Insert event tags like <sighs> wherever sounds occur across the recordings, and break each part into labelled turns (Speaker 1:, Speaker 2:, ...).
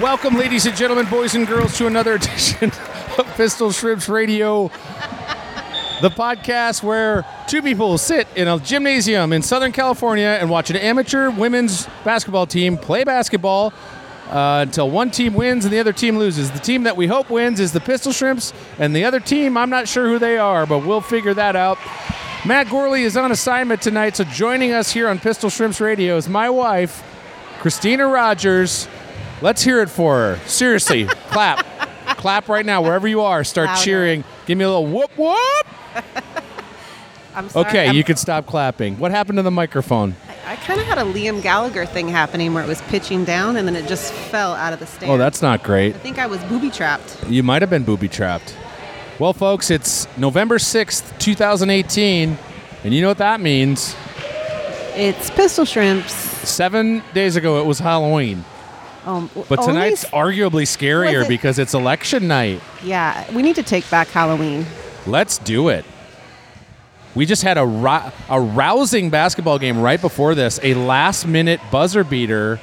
Speaker 1: Welcome, ladies and gentlemen, boys and girls, to another edition <laughs> of Pistol Shrimps Radio, the podcast where two people sit in a gymnasium in Southern California and watch an amateur women's basketball team play basketball uh, until one team wins and the other team loses. The team that we hope wins is the Pistol Shrimps, and the other team, I'm not sure who they are, but we'll figure that out. Matt Gorley is on assignment tonight, so joining us here on Pistol Shrimps Radio is my wife, Christina Rogers. Let's hear it for her. Seriously, <laughs> clap. Clap right now, wherever you are. Start
Speaker 2: Louder.
Speaker 1: cheering. Give me a little whoop whoop.
Speaker 2: I'm sorry.
Speaker 1: Okay,
Speaker 2: I'm-
Speaker 1: you can stop clapping. What happened to the microphone?
Speaker 2: I kind of had a Liam Gallagher thing happening where it was pitching down and then it just fell out of the stand.
Speaker 1: Oh, that's not great.
Speaker 2: I think I was booby trapped.
Speaker 1: You might have been booby trapped. Well, folks, it's November 6th, 2018, and you know what that means.
Speaker 2: It's pistol shrimps.
Speaker 1: Seven days ago, it was Halloween.
Speaker 2: Um,
Speaker 1: But
Speaker 2: only
Speaker 1: tonight's
Speaker 2: s-
Speaker 1: arguably scarier
Speaker 2: Was it-
Speaker 1: because it's election night.
Speaker 2: yeah, we need to take back Halloween.
Speaker 1: Let's do it. We just had a, ro- a rousing basketball game right before this, a last minute buzzer beater.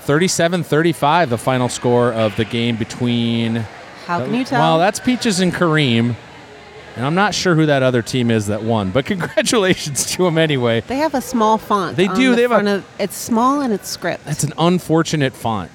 Speaker 1: 37 35, the final score of the game between.
Speaker 2: How can you tell?
Speaker 1: Well, that's Peaches and Kareem. And I'm not sure who that other team is that won, but <laughs> congratulations to them anyway.
Speaker 2: they have a small font.
Speaker 1: They
Speaker 2: on
Speaker 1: do,
Speaker 2: the
Speaker 1: they have a-
Speaker 2: front of, it's small and it's script.
Speaker 1: That's an unfortunate font.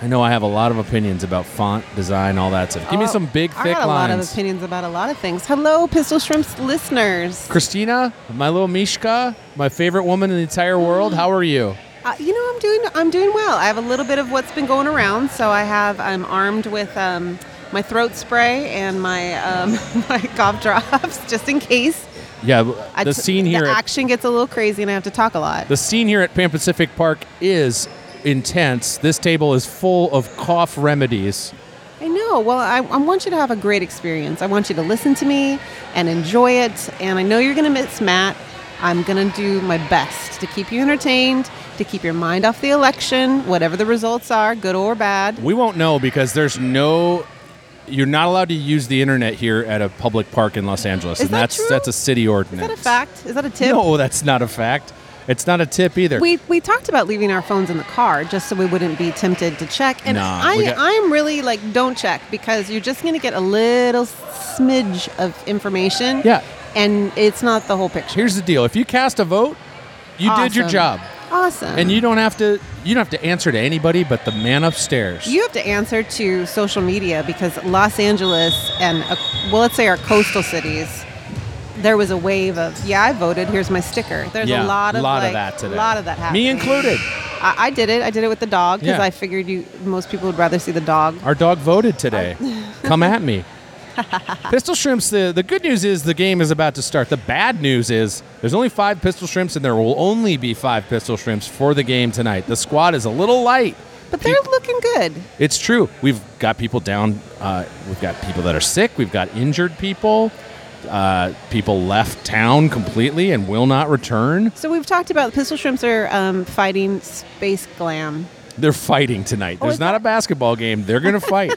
Speaker 1: I know I have a lot of opinions about font design, all that stuff. Give me
Speaker 2: Oh,
Speaker 1: some big,
Speaker 2: I
Speaker 1: thick
Speaker 2: got a lot of
Speaker 1: lines.
Speaker 2: opinions about a lot of things. Hello, pistol shrimps listeners.
Speaker 1: Christina, my little Mishka, my favorite woman in the entire world. How are you?
Speaker 2: Uh, you know, I'm doing I'm doing well. I have a little bit of what's been going around, so I have I'm armed with um, my throat spray and my um, <laughs> my cough drops <laughs> just in case.
Speaker 1: Yeah,
Speaker 2: I
Speaker 1: the
Speaker 2: t-
Speaker 1: scene here.
Speaker 2: the
Speaker 1: at,
Speaker 2: action gets a little crazy, and I have to talk a lot.
Speaker 1: the scene here at Pan Pacific Park is intense. This table is full of cough remedies.
Speaker 2: I know. Well, I, I want you to have a great experience. I want you to listen to me and enjoy it. And I know you're going to miss Matt. I'm going to do my best to keep you entertained, to keep your mind off the election, whatever the results are, good or bad.
Speaker 1: We won't know because there's no. You're not allowed to use the internet here at a public park in Los Angeles,
Speaker 2: Is
Speaker 1: and
Speaker 2: that
Speaker 1: that's
Speaker 2: true?
Speaker 1: that's a city
Speaker 2: Is
Speaker 1: ordinance.
Speaker 2: that a fact? Is that a tip?
Speaker 1: No, that's not a fact. It's not a tip either.
Speaker 2: We, we talked about leaving our phones in the car just so we wouldn't be tempted to check. And
Speaker 1: Nah,
Speaker 2: I,
Speaker 1: we got-
Speaker 2: I'm really like, don't check because you're just going to get a little smidge of information.
Speaker 1: Yeah.
Speaker 2: And it's not the whole picture.
Speaker 1: Here's the deal: if you cast a vote, you did your
Speaker 2: Awesome.
Speaker 1: job,
Speaker 2: Awesome.
Speaker 1: and you don't have to. You don't have to answer to anybody but the man upstairs.
Speaker 2: You have to answer to social media because Los Angeles and, uh, well, let's say our coastal cities, there was a wave of, yeah, I voted, here's my sticker. There's
Speaker 1: Yeah,
Speaker 2: a lot of, like,
Speaker 1: that today.
Speaker 2: A lot of that happening.
Speaker 1: Me included.
Speaker 2: I, I did it. I did it with the dog because
Speaker 1: Yeah.
Speaker 2: I figured you most people would rather see the dog.
Speaker 1: Our dog voted
Speaker 2: <laughs>
Speaker 1: today. Come at me. Pistol Shrimps, the, the good news is the game is about to start. The bad news is there's only five Pistol Shrimps, and there will only be five Pistol Shrimps for the game tonight. The squad is a little light.
Speaker 2: But they're
Speaker 1: Peop-
Speaker 2: looking good.
Speaker 1: It's true. We've got people down. Uh, we've got people that are sick. We've got injured people. Uh, people left town completely and will not return.
Speaker 2: So we've talked about pistol shrimps are um, fighting space glam.
Speaker 1: They're fighting tonight.
Speaker 2: Oh,
Speaker 1: There's
Speaker 2: is
Speaker 1: not a
Speaker 2: that-
Speaker 1: basketball game. They're
Speaker 2: <laughs>
Speaker 1: going to fight.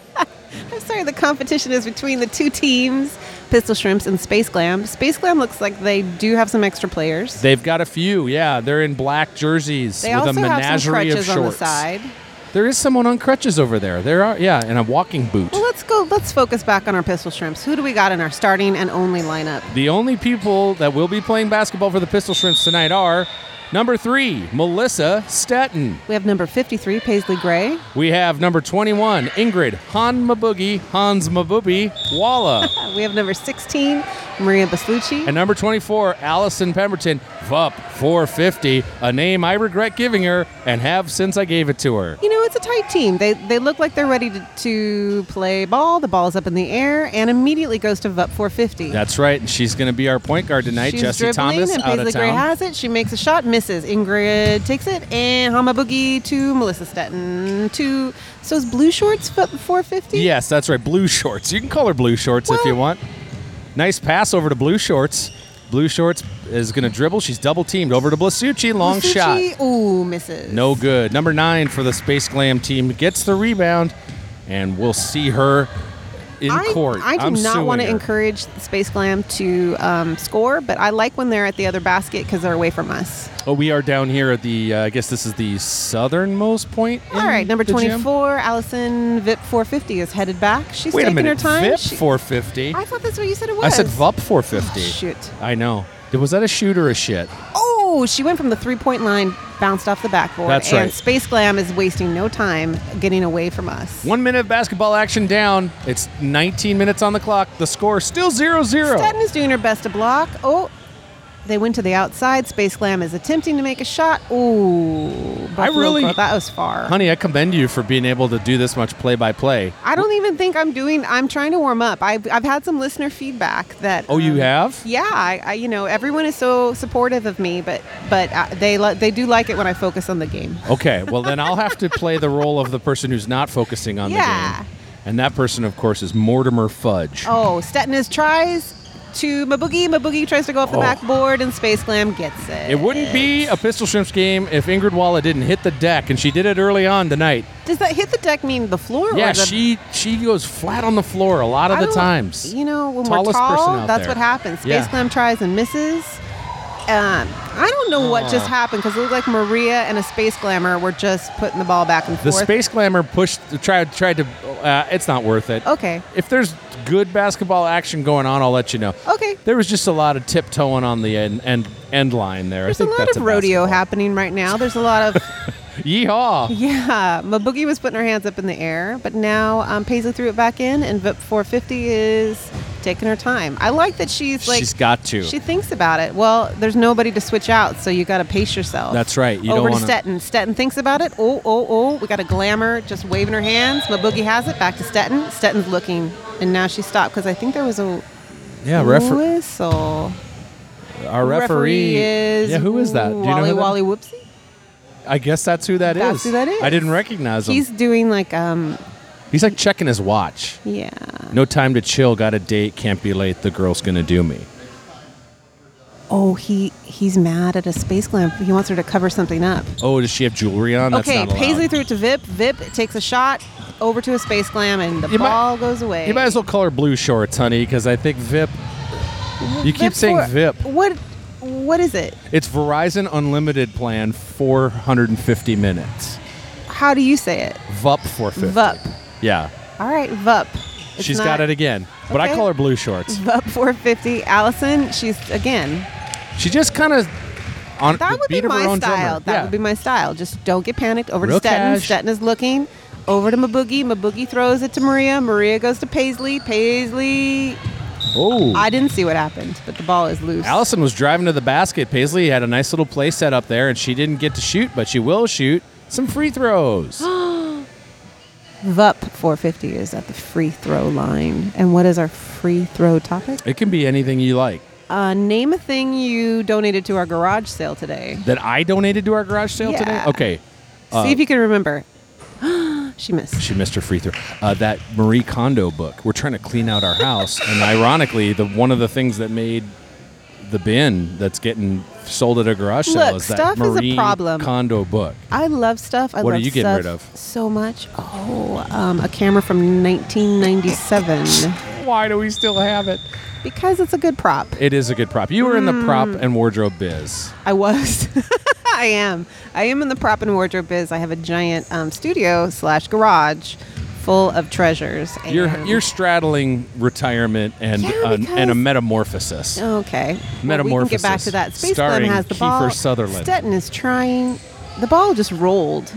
Speaker 2: I'm sorry, the competition is between the two teams, pistol shrimps and space glam. Space glam looks like they do have some extra players.
Speaker 1: They've got a few. Yeah, they're in black jerseys
Speaker 2: They
Speaker 1: with a
Speaker 2: also have some
Speaker 1: menagerie
Speaker 2: crutches
Speaker 1: of
Speaker 2: on the
Speaker 1: shorts.
Speaker 2: side.
Speaker 1: There is someone on crutches over there. There are, yeah, and a walking boot.
Speaker 2: Well, let's go. Let's focus back on our pistol shrimps. Who do we got in our starting and only lineup?
Speaker 1: The only people that will be playing basketball for the Pistol Shrimps tonight are number three, Melissa Stetton.
Speaker 2: We have number 53, Paisley Gray.
Speaker 1: We have number 21, Ingrid Han Maboogie, Hans Mabooby,
Speaker 2: <laughs>
Speaker 1: Walla.
Speaker 2: We have number 16, Maria Baslucci.
Speaker 1: and number 24, Allison Pemberton, VUP 450, a name I regret giving her and have since I gave it to her.
Speaker 2: You know, it's a tight team. They they look like they're ready to, to play ball. The ball's up in the air and immediately goes to up 450.
Speaker 1: That's right, and she's going to be our point guard tonight.
Speaker 2: She's
Speaker 1: Jesse
Speaker 2: dribbling
Speaker 1: Thomas
Speaker 2: and
Speaker 1: out
Speaker 2: Paisley
Speaker 1: of
Speaker 2: Gray
Speaker 1: town.
Speaker 2: has it. She makes a shot, misses. Ingrid takes it, and Hama Boogie to Melissa Stetton to. So is Blue Shorts fo- 450?
Speaker 1: Yes, that's right. Blue shorts. You can call her blue shorts if
Speaker 2: Well-
Speaker 1: you want. Nice pass over to blue shorts. Blue shorts is going to dribble. She's double teamed over to Blasucci. Long
Speaker 2: Blasucci,
Speaker 1: shot.
Speaker 2: Ooh, misses.
Speaker 1: No good. Number nine for the Space Glam team gets the rebound, and we'll see her in
Speaker 2: I,
Speaker 1: court.
Speaker 2: I do
Speaker 1: I'm
Speaker 2: not
Speaker 1: suing
Speaker 2: want to
Speaker 1: her.
Speaker 2: encourage the Space Glam to um, score, but I like when they're at the other basket because they're away from us.
Speaker 1: Oh, we are down here at the. Uh, I guess this is the southernmost point. in
Speaker 2: All right, number
Speaker 1: the gym.
Speaker 2: 24, Allison Vip 450 is headed back. She's
Speaker 1: Wait a
Speaker 2: taking
Speaker 1: minute.
Speaker 2: her time.
Speaker 1: VIP
Speaker 2: She-
Speaker 1: 450.
Speaker 2: I thought that's what you said it was. Oh,
Speaker 1: I said VUP 450.
Speaker 2: Shoot.
Speaker 1: I know. Did- Was that a shoot or a shit?
Speaker 2: Oh, she went from the three point line, bounced off the backboard.
Speaker 1: That's
Speaker 2: and
Speaker 1: right.
Speaker 2: Space Glam is wasting no time getting away from us.
Speaker 1: One minute of basketball action down. It's 19 minutes on the clock. The score still 0 0.
Speaker 2: Staten is doing her best to block. Oh, they went to the outside. Space Glam is attempting to make a shot. Ooh, Buffalo
Speaker 1: really-
Speaker 2: Girl, that was far.
Speaker 1: Honey, I commend you for being able to do this much play by play.
Speaker 2: I don't even think I'm doing. I'm trying to warm up. I've, I've had some listener feedback that. um,
Speaker 1: Oh, you have?
Speaker 2: Yeah, I, I you know everyone is so supportive of me, but but uh, they li- they do like it when I focus on the game.
Speaker 1: Okay, well, then I'll have to play the role of the person who's not focusing on
Speaker 2: Yeah.
Speaker 1: the game. And that person, of course, is Mortimer Fudge.
Speaker 2: Oh, Stetton is tries to Maboogie. Maboogie tries to go off the
Speaker 1: Oh.
Speaker 2: backboard, and Space Glam gets it.
Speaker 1: It wouldn't be a Pistol Shrimps game if Ingrid Walla didn't hit the deck, and she did it early on tonight.
Speaker 2: Does that hit the deck mean the floor?
Speaker 1: Yeah,
Speaker 2: or the,
Speaker 1: she she goes flat on the floor a lot of
Speaker 2: I
Speaker 1: the
Speaker 2: don't-
Speaker 1: times.
Speaker 2: You know, when we're
Speaker 1: Tallest person
Speaker 2: tall,
Speaker 1: out
Speaker 2: that's
Speaker 1: there.
Speaker 2: what happens. Space
Speaker 1: Yeah.
Speaker 2: Glam tries and misses. Um, I don't know what
Speaker 1: Uh.
Speaker 2: just happened because it looked like Maria and a Space Glamour were just putting the ball back and
Speaker 1: the
Speaker 2: forth.
Speaker 1: space glamour pushed tried tried to. Uh, it's not worth it.
Speaker 2: Okay.
Speaker 1: If there's good basketball action going on, I'll let you know.
Speaker 2: Okay.
Speaker 1: There was just a lot of tiptoeing on the end end, end line there.
Speaker 2: There's
Speaker 1: I
Speaker 2: a
Speaker 1: think
Speaker 2: lot
Speaker 1: that's
Speaker 2: of rodeo
Speaker 1: basketball.
Speaker 2: happening right now. There's
Speaker 1: <laughs>
Speaker 2: a lot of
Speaker 1: Yeehaw!
Speaker 2: yeah. Maboogie was putting her hands up in the air, but now um, Paisley threw it back in, and VIP 450 is taking her time. I like that she's like
Speaker 1: She's got to.
Speaker 2: She thinks about it. Well, there's nobody to switch out, so you got to pace yourself.
Speaker 1: That's right. You don't
Speaker 2: Over to
Speaker 1: wanna-
Speaker 2: Stetton. Stetton thinks about it. Oh, oh, oh. We got a glamour just waving her hands. My boogie has it. Back to Stetton. Stetton's looking, and now she stopped because I think there was a
Speaker 1: yeah, refer-
Speaker 2: whistle.
Speaker 1: our referee.
Speaker 2: is
Speaker 1: yeah, who is that? Do you know
Speaker 2: Wally
Speaker 1: who that-
Speaker 2: Wally Whoopsie.
Speaker 1: I guess that's who that is.
Speaker 2: That's who that is.
Speaker 1: I didn't recognize him.
Speaker 2: He's doing like um
Speaker 1: He's like checking his watch.
Speaker 2: yeah.
Speaker 1: No time to chill. Got a date. Can't be late. The girl's gonna do me.
Speaker 2: Oh, he he's mad at a space glam. He wants her to cover something up.
Speaker 1: Oh, does she have jewelry on? That's
Speaker 2: okay,
Speaker 1: not allowed.
Speaker 2: Paisley threw it to Vip. Vip takes a shot over to a space glam, and the
Speaker 1: You might-
Speaker 2: ball goes away.
Speaker 1: You might as well call her blue shorts, honey, because I think VIP. You keep saying
Speaker 2: for-
Speaker 1: VIP.
Speaker 2: What? What is it?
Speaker 1: It's Verizon Unlimited plan, 450 minutes.
Speaker 2: How do you say it?
Speaker 1: VUP 450.
Speaker 2: Vup.
Speaker 1: Yeah.
Speaker 2: All right, VUP. She's
Speaker 1: She's got it again. But I
Speaker 2: Okay.
Speaker 1: call her blue shorts.
Speaker 2: VUP 450. Allison, she's again.
Speaker 1: She just kind of on
Speaker 2: That
Speaker 1: the
Speaker 2: would
Speaker 1: beat
Speaker 2: be
Speaker 1: of her
Speaker 2: my
Speaker 1: own
Speaker 2: style.
Speaker 1: drummer.
Speaker 2: That
Speaker 1: yeah.
Speaker 2: would be my style. Just don't get panicked. Over
Speaker 1: Real
Speaker 2: to Stetton.
Speaker 1: cash.
Speaker 2: Stetton is looking. Over to Maboogie. Maboogie throws it to Maria. Maria goes to Paisley. Paisley.
Speaker 1: Oh.
Speaker 2: I didn't see what happened, but the ball is loose.
Speaker 1: Allison was driving to the basket. Paisley had a nice little play set up there, and she didn't get to shoot, but she will shoot some free
Speaker 2: <gasps>
Speaker 1: throws.
Speaker 2: VUP 450 is at the free throw line. And what is our free throw topic?
Speaker 1: it can be anything you like.
Speaker 2: Uh, name a thing you donated to our garage sale today.
Speaker 1: That I donated to our garage sale today?
Speaker 2: Yeah.
Speaker 1: Okay. Uh,
Speaker 2: See if you can remember. <gasps> she missed.
Speaker 1: She missed her free throw. Uh, that Marie Kondo book. We're trying to clean out our house, and ironically, the one of the things that made the bin that's getting sold at a garage sale
Speaker 2: Look,
Speaker 1: is that
Speaker 2: stuff is a
Speaker 1: Marie
Speaker 2: problem.
Speaker 1: Kondo book.
Speaker 2: I love stuff. I
Speaker 1: What are
Speaker 2: love
Speaker 1: you getting rid
Speaker 2: stuff
Speaker 1: of?
Speaker 2: So much. Oh, um, a camera from 1997
Speaker 1: Why do we still have it?
Speaker 2: because it's a good prop.
Speaker 1: It is a good prop. You were in
Speaker 2: Mm.
Speaker 1: the prop and wardrobe biz.
Speaker 2: I was. <laughs> I am. I am in the prop and wardrobe biz. I have a giant um, studio slash garage full of treasures. And
Speaker 1: You're you're straddling retirement and
Speaker 2: Yeah,
Speaker 1: an, and a
Speaker 2: because- Oh.
Speaker 1: metamorphosis.
Speaker 2: Okay. Well, we can
Speaker 1: Metamorphosis,
Speaker 2: get back to that. Space Glam
Speaker 1: starring
Speaker 2: has the
Speaker 1: Kiefer
Speaker 2: ball.
Speaker 1: Sutherland.
Speaker 2: Stetton is trying. The ball just rolled.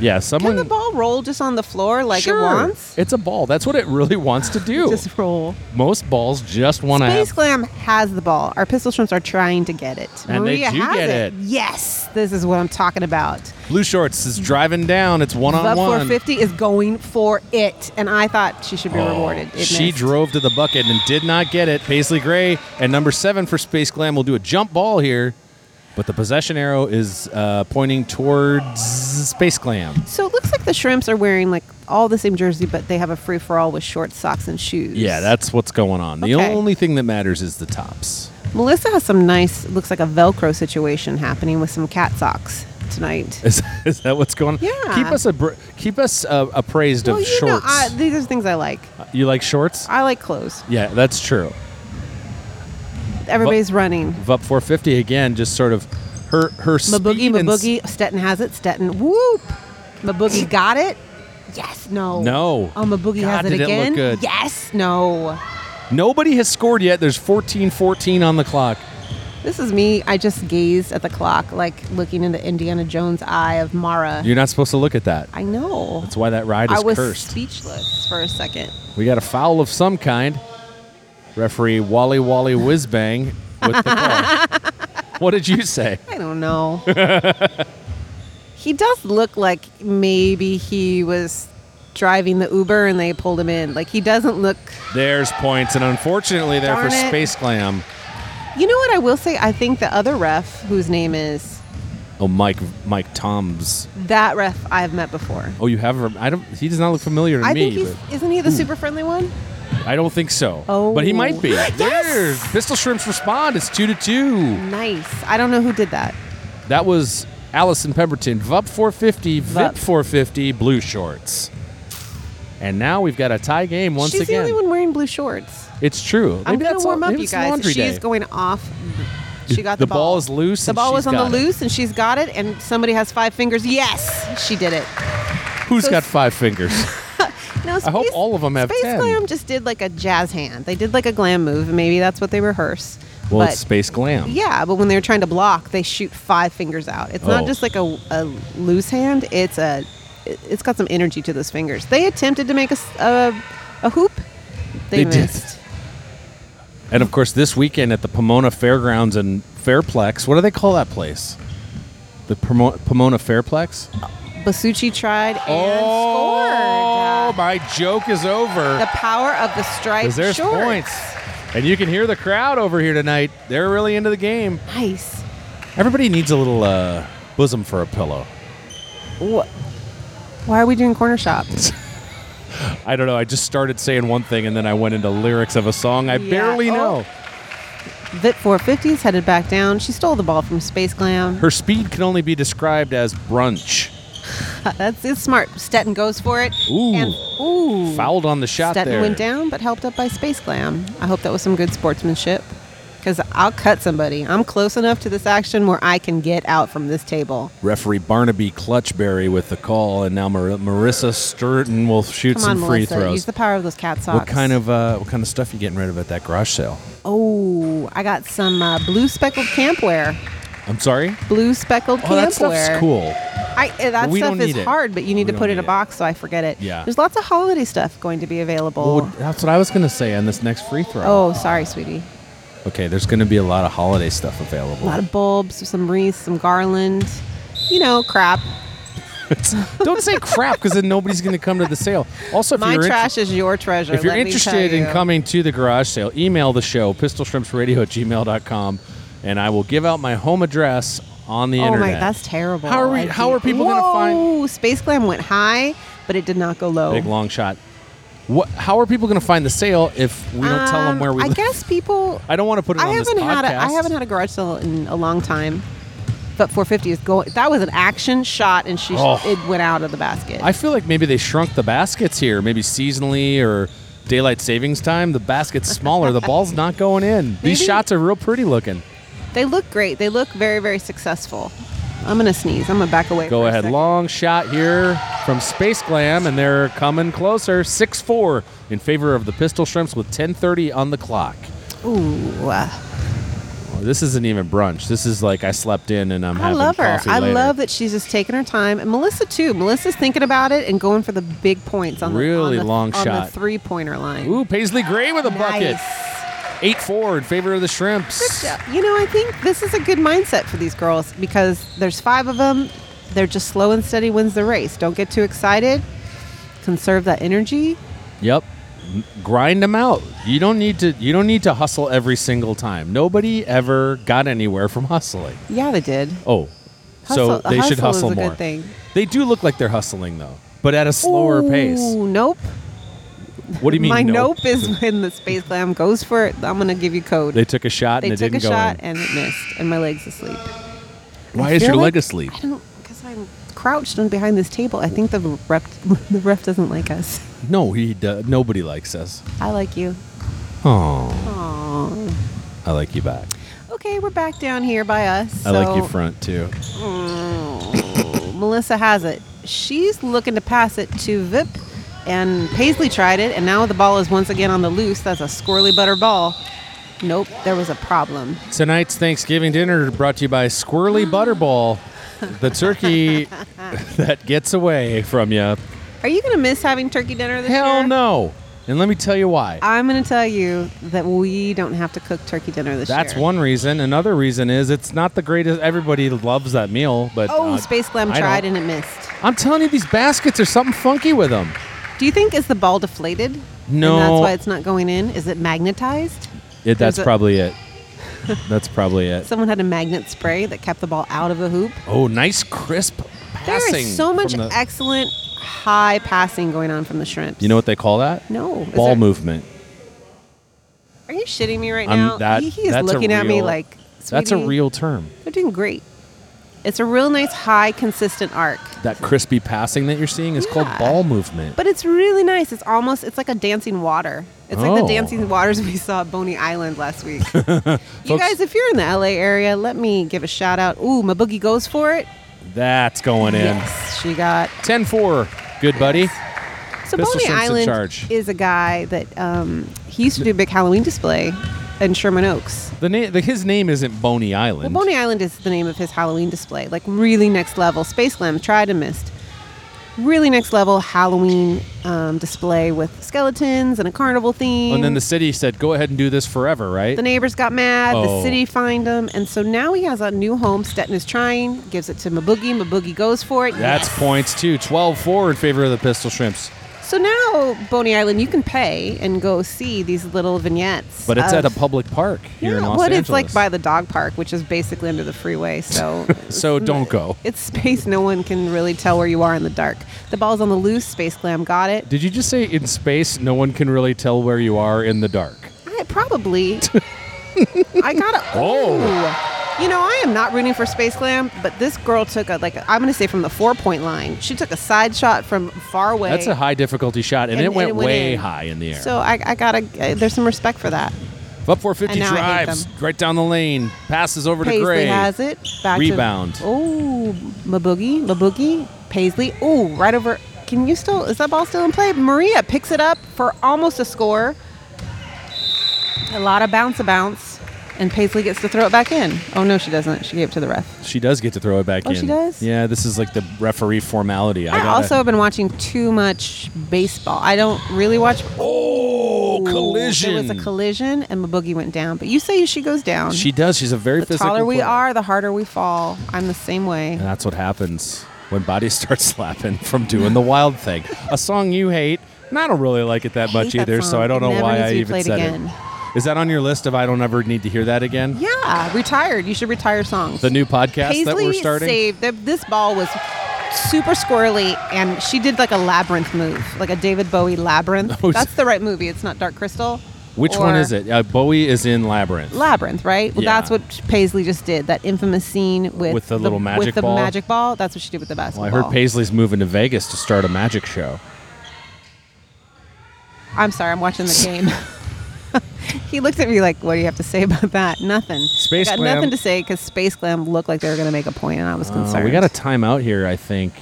Speaker 1: Yeah,
Speaker 2: Can
Speaker 1: someone
Speaker 2: the ball roll just on the floor
Speaker 1: Hmm.
Speaker 2: like
Speaker 1: sure,
Speaker 2: it wants?
Speaker 1: It's a ball. That's what it really wants to do.
Speaker 2: Just roll.
Speaker 1: Most balls just want to
Speaker 2: Space
Speaker 1: have
Speaker 2: Glam has the ball. Our pistol shrimps are trying to get it.
Speaker 1: And they
Speaker 2: Maria
Speaker 1: do
Speaker 2: has
Speaker 1: get it.
Speaker 2: Yes, this is what I'm talking about.
Speaker 1: Blue Shorts is driving down. It's one
Speaker 2: But
Speaker 1: on one.
Speaker 2: 450 is going for it, and I thought she should be rewarded. It
Speaker 1: She
Speaker 2: missed.
Speaker 1: drove to the bucket and did not get it. Paisley Gray and number seven for Space Glam will do a jump ball here, but the possession arrow is uh, pointing towards Space Glam.
Speaker 2: So it looks like the shrimps are wearing like all the same jersey, but they have a free for all with shorts, socks, and shoes.
Speaker 1: Yeah, that's what's going on. The
Speaker 2: Okay.
Speaker 1: only thing that matters is the tops. <laughs>
Speaker 2: Melissa has some nice. Looks like a Velcro situation happening with some cat socks tonight.
Speaker 1: Is, is that what's going on?
Speaker 2: Yeah.
Speaker 1: Keep us abr- keep us uh, appraised
Speaker 2: well,
Speaker 1: of
Speaker 2: you know,
Speaker 1: shorts.
Speaker 2: I, these are things I like.
Speaker 1: You like shorts?
Speaker 2: I like clothes.
Speaker 1: Yeah, that's true.
Speaker 2: Everybody's running.
Speaker 1: Vup 450 again, just sort of her her
Speaker 2: Ma boogie,
Speaker 1: speed
Speaker 2: ma
Speaker 1: and s-
Speaker 2: boogie. Stetton has it. Stetton, whoop. Ma boogie got it. Yes. No.
Speaker 1: No.
Speaker 2: Oh, ma boogie
Speaker 1: God,
Speaker 2: has it
Speaker 1: did it look
Speaker 2: again.
Speaker 1: good.
Speaker 2: Yes. No.
Speaker 1: Nobody has scored yet. There's 14-14 on the clock.
Speaker 2: This is me. I just gazed at the clock, like looking in the Indiana Jones eye of Mara.
Speaker 1: You're not supposed to look at that.
Speaker 2: I know.
Speaker 1: That's why that ride is
Speaker 2: I was
Speaker 1: cursed.
Speaker 2: speechless for a second.
Speaker 1: we got a foul of some kind. Referee Wally Wally Whizbang with the call.
Speaker 2: <laughs>
Speaker 1: what did you say?
Speaker 2: I don't know. he does look like maybe he was driving the Uber and they pulled him in. Like he doesn't look.
Speaker 1: There's points, and unfortunately, there for
Speaker 2: Darn it.
Speaker 1: Space Glam.
Speaker 2: You know what I will say? I think the other ref, whose name is
Speaker 1: Oh, Mike Mike Toms.
Speaker 2: that ref, I've met before.
Speaker 1: Oh, you have. I don't. He does not look familiar to
Speaker 2: I
Speaker 1: me. hmm.
Speaker 2: think he's isn't he the super friendly one?
Speaker 1: but I don't think so.
Speaker 2: Oh.
Speaker 1: but he might be.
Speaker 2: Yes!
Speaker 1: There, Pistol Shrimps respond. It's two to two.
Speaker 2: Nice. I don't know who did that.
Speaker 1: That was Allison Pemberton. Vup 450. Vip
Speaker 2: Vup.
Speaker 1: 450. Blue shorts. And now we've got a tie game once
Speaker 2: She's
Speaker 1: again.
Speaker 2: the only one wearing blue shorts.
Speaker 1: It's true.
Speaker 2: I'm
Speaker 1: Maybe
Speaker 2: gonna
Speaker 1: that's
Speaker 2: warm
Speaker 1: all-
Speaker 2: up,
Speaker 1: maybe
Speaker 2: you
Speaker 1: it's
Speaker 2: guys.
Speaker 1: Laundry
Speaker 2: She's
Speaker 1: day.
Speaker 2: going off. She got
Speaker 1: The
Speaker 2: the,
Speaker 1: ball is loose
Speaker 2: The
Speaker 1: and
Speaker 2: ball
Speaker 1: she's
Speaker 2: was on the
Speaker 1: got it.
Speaker 2: loose, and she's got it. And somebody has five fingers. Yes, she did it.
Speaker 1: Who's
Speaker 2: so <laughs>
Speaker 1: got
Speaker 2: s-
Speaker 1: five fingers?
Speaker 2: No, space,
Speaker 1: hope all of 'em have
Speaker 2: Space
Speaker 1: 10.
Speaker 2: Glam just did like a jazz hand. They did like a glam move, and maybe that's what they rehearse.
Speaker 1: well,
Speaker 2: but
Speaker 1: it's Space Glam.
Speaker 2: yeah, but when they're trying to block, they shoot five fingers out. It's
Speaker 1: Oh.
Speaker 2: not just like a, a loose hand. It's a it- it's got some energy to those fingers. They attempted to make a s- a, a hoop. They,
Speaker 1: They did.
Speaker 2: missed.
Speaker 1: And of course, this weekend at the Pomona Fairgrounds and Fairplex. What do they call that place? The Pomo- Pomona Fairplex.
Speaker 2: Basucci tried and
Speaker 1: oh,
Speaker 2: scored.
Speaker 1: my joke is over.
Speaker 2: the power of the striped
Speaker 1: 'Cause there's
Speaker 2: shorts.
Speaker 1: points, and you can hear the crowd over here tonight. They're really into the game.
Speaker 2: Nice.
Speaker 1: Everybody needs a little uh, bosom for a pillow.
Speaker 2: Wha- Why are we doing corner shop?
Speaker 1: I don't know. I just started saying one thing, and then I went into lyrics of a song I
Speaker 2: Yeah.
Speaker 1: barely
Speaker 2: Oh.
Speaker 1: know.
Speaker 2: Vit 450 is headed back down. She stole the ball from Space Glam.
Speaker 1: Her speed can only be described as brunch.
Speaker 2: Uh, That's it's smart. Stetton goes for it.
Speaker 1: Ooh.
Speaker 2: And, ooh.
Speaker 1: Fouled on the shot
Speaker 2: Stetton
Speaker 1: there.
Speaker 2: went down, but helped up by Space Glam. I hope that was some good sportsmanship. Because I'll cut somebody. I'm close enough to this action where I can get out from this table.
Speaker 1: Referee Barnaby Clutchberry with the call, and now Mar- Marissa Sturton will shoot
Speaker 2: Come
Speaker 1: some
Speaker 2: on,
Speaker 1: free
Speaker 2: Melissa.
Speaker 1: throws.
Speaker 2: Use the power of those cat socks.
Speaker 1: what kind of uh, what kind of stuff you getting rid of at that garage sale?
Speaker 2: Oh, I got some uh, blue speckled campwear.
Speaker 1: I'm sorry.
Speaker 2: Blue speckled
Speaker 1: Oh,
Speaker 2: campwear.
Speaker 1: that stuff's cool.
Speaker 2: I, uh, that
Speaker 1: We
Speaker 2: stuff
Speaker 1: don't
Speaker 2: is
Speaker 1: need it.
Speaker 2: hard, but you need
Speaker 1: We
Speaker 2: to
Speaker 1: don't
Speaker 2: put it in
Speaker 1: need
Speaker 2: a
Speaker 1: it.
Speaker 2: box so I forget it.
Speaker 1: Yeah.
Speaker 2: There's lots of holiday stuff going to be available.
Speaker 1: Well, that's what I was gonna say on this next free throw.
Speaker 2: oh, sorry, sweetie.
Speaker 1: Okay, there's gonna be a lot of holiday stuff available.
Speaker 2: <laughs> A lot of bulbs, some wreaths, some garland. You know, crap.
Speaker 1: Don't say crap, because then nobody's gonna come to the sale. Also, if
Speaker 2: My
Speaker 1: you're
Speaker 2: trash is your treasure.
Speaker 1: If you're
Speaker 2: let me
Speaker 1: interested
Speaker 2: tell
Speaker 1: in
Speaker 2: you.
Speaker 1: coming to the garage sale, email the show, pistolshrimpsradio at gmail.com, and I will give out my home address on the
Speaker 2: oh
Speaker 1: internet.
Speaker 2: my, that's terrible.
Speaker 1: How are we-
Speaker 2: I
Speaker 1: how
Speaker 2: do-
Speaker 1: are people gonna
Speaker 2: Whoa,
Speaker 1: find-
Speaker 2: Space Glam went high, but it did not go low.
Speaker 1: Big long shot. What? How are people going to find the sale if we don't tell them
Speaker 2: Um,
Speaker 1: where we
Speaker 2: I
Speaker 1: live?
Speaker 2: guess people.
Speaker 1: <laughs> I don't want to put it
Speaker 2: I
Speaker 1: on this
Speaker 2: haven't had. A,
Speaker 1: podcast.
Speaker 2: I haven't had a garage sale in a long time. But 450 is going. That was an action shot, and she
Speaker 1: Oh.
Speaker 2: it went out of the basket.
Speaker 1: I feel like maybe they shrunk the baskets here, maybe seasonally or daylight savings time. The basket's smaller. the ball's not going
Speaker 2: <laughs>
Speaker 1: in. These
Speaker 2: Maybe-
Speaker 1: shots are real pretty looking.
Speaker 2: They look great. They look very, very successful. I'm gonna sneeze. I'm gonna back away.
Speaker 1: Go
Speaker 2: for a
Speaker 1: ahead.
Speaker 2: second.
Speaker 1: Long shot here from Space Glam, and they're coming closer. 6 4 in favor of the Pistol Shrimps with 10.30 on the clock.
Speaker 2: Ooh, uh,
Speaker 1: Well, This isn't even brunch. This is like I slept in and I'm
Speaker 2: I
Speaker 1: having
Speaker 2: love her.
Speaker 1: coffee
Speaker 2: I
Speaker 1: later.
Speaker 2: love that she's just taking her time, and Melissa too. Melissa's thinking about it and going for the big points on
Speaker 1: Really
Speaker 2: the, on the,
Speaker 1: long
Speaker 2: on
Speaker 1: shot.
Speaker 2: the three pointer line.
Speaker 1: Ooh, Paisley Gray with a bucket.
Speaker 2: Nice.
Speaker 1: 8 4 in favor of the Shrimps.
Speaker 2: Yeah, You know, I think this is a good mindset for these girls because there's five of them. They're just slow and steady wins the race. Don't get too excited. Conserve that energy.
Speaker 1: Yep. M- Grind them out. You don't need to you don't need to hustle every single time. Nobody ever got anywhere from hustling.
Speaker 2: Yeah, they did.
Speaker 1: Oh.
Speaker 2: Hustle-
Speaker 1: so they should
Speaker 2: hustle is
Speaker 1: hustle
Speaker 2: a good
Speaker 1: more.
Speaker 2: thing.
Speaker 1: They do look like they're hustling though, but at a slower
Speaker 2: Ooh,
Speaker 1: pace.
Speaker 2: Nope.
Speaker 1: What do you mean?
Speaker 2: My
Speaker 1: nope?
Speaker 2: nope. is when the space glam goes for it. I'm gonna give you code.
Speaker 1: They took a shot
Speaker 2: They
Speaker 1: and it
Speaker 2: took a
Speaker 1: didn't go
Speaker 2: shot
Speaker 1: in.
Speaker 2: and it missed, and my legs asleep.
Speaker 1: Why
Speaker 2: I
Speaker 1: is
Speaker 2: feel
Speaker 1: your
Speaker 2: like-
Speaker 1: leg asleep?
Speaker 2: I don't because I'm crouched on behind this table. I think the ref, <laughs> the ref doesn't like us.
Speaker 1: No, he do- nobody likes us.
Speaker 2: I like you.
Speaker 1: Oh,
Speaker 2: Aww.
Speaker 1: I like you back.
Speaker 2: Okay, we're back down here by us.
Speaker 1: I like you
Speaker 2: so-
Speaker 1: front too.
Speaker 2: Oh, Melissa has it. She's looking to pass it to Vip, and Paisley tried it, and now the ball is once again on the loose. That's a squirrely butter ball. Nope, there was a problem.
Speaker 1: Tonight's Thanksgiving dinner brought to you by Squirrely Butterball, the
Speaker 2: <laughs>
Speaker 1: turkey that gets away from you.
Speaker 2: Are you going to miss having turkey dinner this year?
Speaker 1: Hell no. And let me tell you why.
Speaker 2: I'm going to tell you that we don't have to cook turkey dinner this year.
Speaker 1: That's one reason. Another reason is it's not the greatest. Everybody loves that meal, but
Speaker 2: Oh,
Speaker 1: uh,
Speaker 2: Space Glam
Speaker 1: I
Speaker 2: tried
Speaker 1: don't.
Speaker 2: and it missed.
Speaker 1: I'm telling you, these baskets are something funky with them.
Speaker 2: Do you think is the ball deflated?
Speaker 1: No.
Speaker 2: And that's why it's not going in. Is it magnetized?
Speaker 1: It, that's
Speaker 2: a-
Speaker 1: probably it. That's probably it.
Speaker 2: Someone had a magnet spray that kept the ball out of the hoop.
Speaker 1: <laughs> Oh, nice crisp passing.
Speaker 2: There is so much
Speaker 1: from the-
Speaker 2: excellent high passing going on from the shrimps.
Speaker 1: you know what they call that?
Speaker 2: No. Is
Speaker 1: Ball
Speaker 2: there-
Speaker 1: movement.
Speaker 2: Are you shitting me right
Speaker 1: I'm-
Speaker 2: now?
Speaker 1: that-
Speaker 2: he, he is
Speaker 1: that's a
Speaker 2: looking at me
Speaker 1: real-
Speaker 2: like,
Speaker 1: That's a
Speaker 2: "Sweetie,
Speaker 1: real term.
Speaker 2: They're doing great. It's a real nice high consistent arc,
Speaker 1: That crispy passing that you're seeing is
Speaker 2: Yeah.
Speaker 1: called ball movement.
Speaker 2: but it's really nice. It's almost it's like a dancing water. It's like
Speaker 1: Oh.
Speaker 2: the dancing waters we saw at Boney Island last
Speaker 1: <laughs>
Speaker 2: week. you guys, if you're in the LA area, let me give a shout out. Ooh, my boogie goes for it.
Speaker 1: That's going in.
Speaker 2: Yes, she got
Speaker 1: 10 4. Good buddy.
Speaker 2: So
Speaker 1: Mr.
Speaker 2: Boney
Speaker 1: Shrimp's in
Speaker 2: Island
Speaker 1: charge.
Speaker 2: is a guy that um, he used to do a big Halloween display in Sherman Oaks.
Speaker 1: The name, the, his name isn't Boney
Speaker 2: Well,
Speaker 1: Island.
Speaker 2: Boney Island is the name of his Halloween display, like really next level. Space Glam tried and missed. Really next level Halloween um, display with skeletons and a carnival theme.
Speaker 1: Oh, and then the city said, "Go ahead and do this forever," right?
Speaker 2: The neighbors got mad.
Speaker 1: Oh.
Speaker 2: The city fined him, and so now he has a new home. Stetton is trying, gives it to Maboogie. Maboogie goes for it.
Speaker 1: That's
Speaker 2: Yes.
Speaker 1: points too. 12-4 in favor of the Pistol Shrimps.
Speaker 2: So now Boney Island, you can pay and go see these little vignettes.
Speaker 1: But it's
Speaker 2: of-
Speaker 1: at a public park here in
Speaker 2: Yeah,
Speaker 1: Los
Speaker 2: what
Speaker 1: Angeles.
Speaker 2: it's like by the dog park, which is basically under the
Speaker 1: <laughs>
Speaker 2: freeway. So,
Speaker 1: So
Speaker 2: Mm.
Speaker 1: don't go.
Speaker 2: It's space no one can really tell where you are in the dark. The ball's on the loose. Space Glam got it.
Speaker 1: Did you just say in space no one can really tell where you are in the dark? <laughs>
Speaker 2: I probably. I got it.
Speaker 1: Oh.
Speaker 2: You know, I am not rooting for Space Glam, but this girl took a like i I'm going to say from the four point line. She took a side shot from far away.
Speaker 1: That's a high difficulty shot, and,
Speaker 2: And-
Speaker 1: it
Speaker 2: and
Speaker 1: went
Speaker 2: it went
Speaker 1: way
Speaker 2: in.
Speaker 1: high in the air.
Speaker 2: So I, I gotta. Uh, there's some respect for that.
Speaker 1: Up 450
Speaker 2: And now I hate
Speaker 1: drives
Speaker 2: them.
Speaker 1: right down the lane, passes over
Speaker 2: Paisley
Speaker 1: to Gray.
Speaker 2: has it. Back
Speaker 1: Rebound.
Speaker 2: To, oh, Maboogie, Maboogie, Paisley. Oh, right over. Can you still? Is that ball still in play? Maria picks it up for almost a score. A lot of bounce a bounce, and Paisley gets to throw it back in. Oh no, she doesn't. She gave it to the ref.
Speaker 1: She does get to throw it back
Speaker 2: Oh,
Speaker 1: in.
Speaker 2: she does?
Speaker 1: Yeah, this is like the referee formality. I,
Speaker 2: I,
Speaker 1: gotta-
Speaker 2: also have been watching too much baseball. I don't really watch.
Speaker 1: Oh,
Speaker 2: Ooh,
Speaker 1: collision.
Speaker 2: There was a collision, and Maboogie went down. But you say she goes down.
Speaker 1: She does. She's a very
Speaker 2: the
Speaker 1: physical.
Speaker 2: taller we
Speaker 1: player.
Speaker 2: are, the harder we fall. I'm the same way.
Speaker 1: And that's what happens when <laughs> bodies start slapping from doing the wild thing. A song you hate, and I don't really like it that much
Speaker 2: hate that
Speaker 1: either, so
Speaker 2: song.
Speaker 1: I don't
Speaker 2: It
Speaker 1: know
Speaker 2: never
Speaker 1: why
Speaker 2: needs to
Speaker 1: I
Speaker 2: be
Speaker 1: even
Speaker 2: played
Speaker 1: said
Speaker 2: again.
Speaker 1: it. Is that on your list of I don't ever need to hear that again?
Speaker 2: Yeah, retired. You should retire songs.
Speaker 1: The new podcast
Speaker 2: Paisley
Speaker 1: that we're starting?
Speaker 2: saved. th- This ball was super squirrely, and she did like a labyrinth move, like a David Bowie labyrinth.
Speaker 1: <laughs> Oh, is
Speaker 2: That's the right movie. It's not Dark Crystal.
Speaker 1: Which one
Speaker 2: or-
Speaker 1: is it? Uh, Bowie is in Labyrinth.
Speaker 2: Labyrinth, right? Well,
Speaker 1: Yeah.
Speaker 2: that's what Paisley just did. That infamous scene with
Speaker 1: With the little magic
Speaker 2: with the
Speaker 1: ball?
Speaker 2: magic ball. That's what she did with the
Speaker 1: well,
Speaker 2: basketball.
Speaker 1: I heard Paisley's moving to Vegas to start a magic show.
Speaker 2: I'm sorry, I'm watching the
Speaker 1: <laughs>
Speaker 2: game. <laughs> he looked at me like, "What do you have to say about that?" Nothing.
Speaker 1: Space
Speaker 2: I got
Speaker 1: Glam-
Speaker 2: nothing to say because Space Glam looked like they were going to make a point, and I was
Speaker 1: Uh,
Speaker 2: concerned.
Speaker 1: we got a timeout here, I think.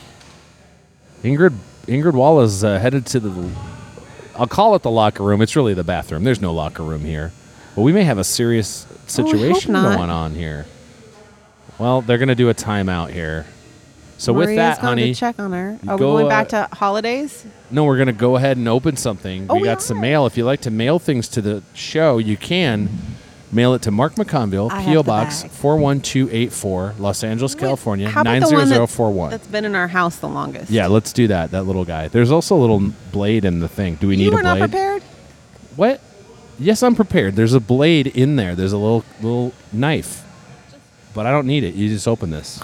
Speaker 1: Ingrid Ingrid Wallace uh, headed to the. I'll call it the locker room. It's really the bathroom. There's no locker room here. But we may have a serious
Speaker 2: Oh, I hope
Speaker 1: situation
Speaker 2: not.
Speaker 1: going on here. Well, they're going to do a timeout here. So with
Speaker 2: Maria's
Speaker 1: that,
Speaker 2: gone
Speaker 1: honey,
Speaker 2: to check on her.
Speaker 1: you
Speaker 2: Are
Speaker 1: go,
Speaker 2: we going
Speaker 1: uh,
Speaker 2: back to holidays?
Speaker 1: no, we're going to go ahead and open something.
Speaker 2: Oh,
Speaker 1: we
Speaker 2: we
Speaker 1: got some
Speaker 2: are.
Speaker 1: mail. If you like to mail things to the show, you can mail it to Mark McConville,
Speaker 2: I have
Speaker 1: PO
Speaker 2: the
Speaker 1: Box
Speaker 2: bag.
Speaker 1: 41284, Los Angeles, California
Speaker 2: How about the one that's-
Speaker 1: 90041.
Speaker 2: That's been in our house the longest.
Speaker 1: Yeah, let's do that. That little guy. There's also a little blade in the thing. Do we need
Speaker 2: You were
Speaker 1: a blade?
Speaker 2: not prepared.
Speaker 1: What? Yes, I'm prepared. There's a blade in there. There's a little little knife, but I don't need it. You just open this.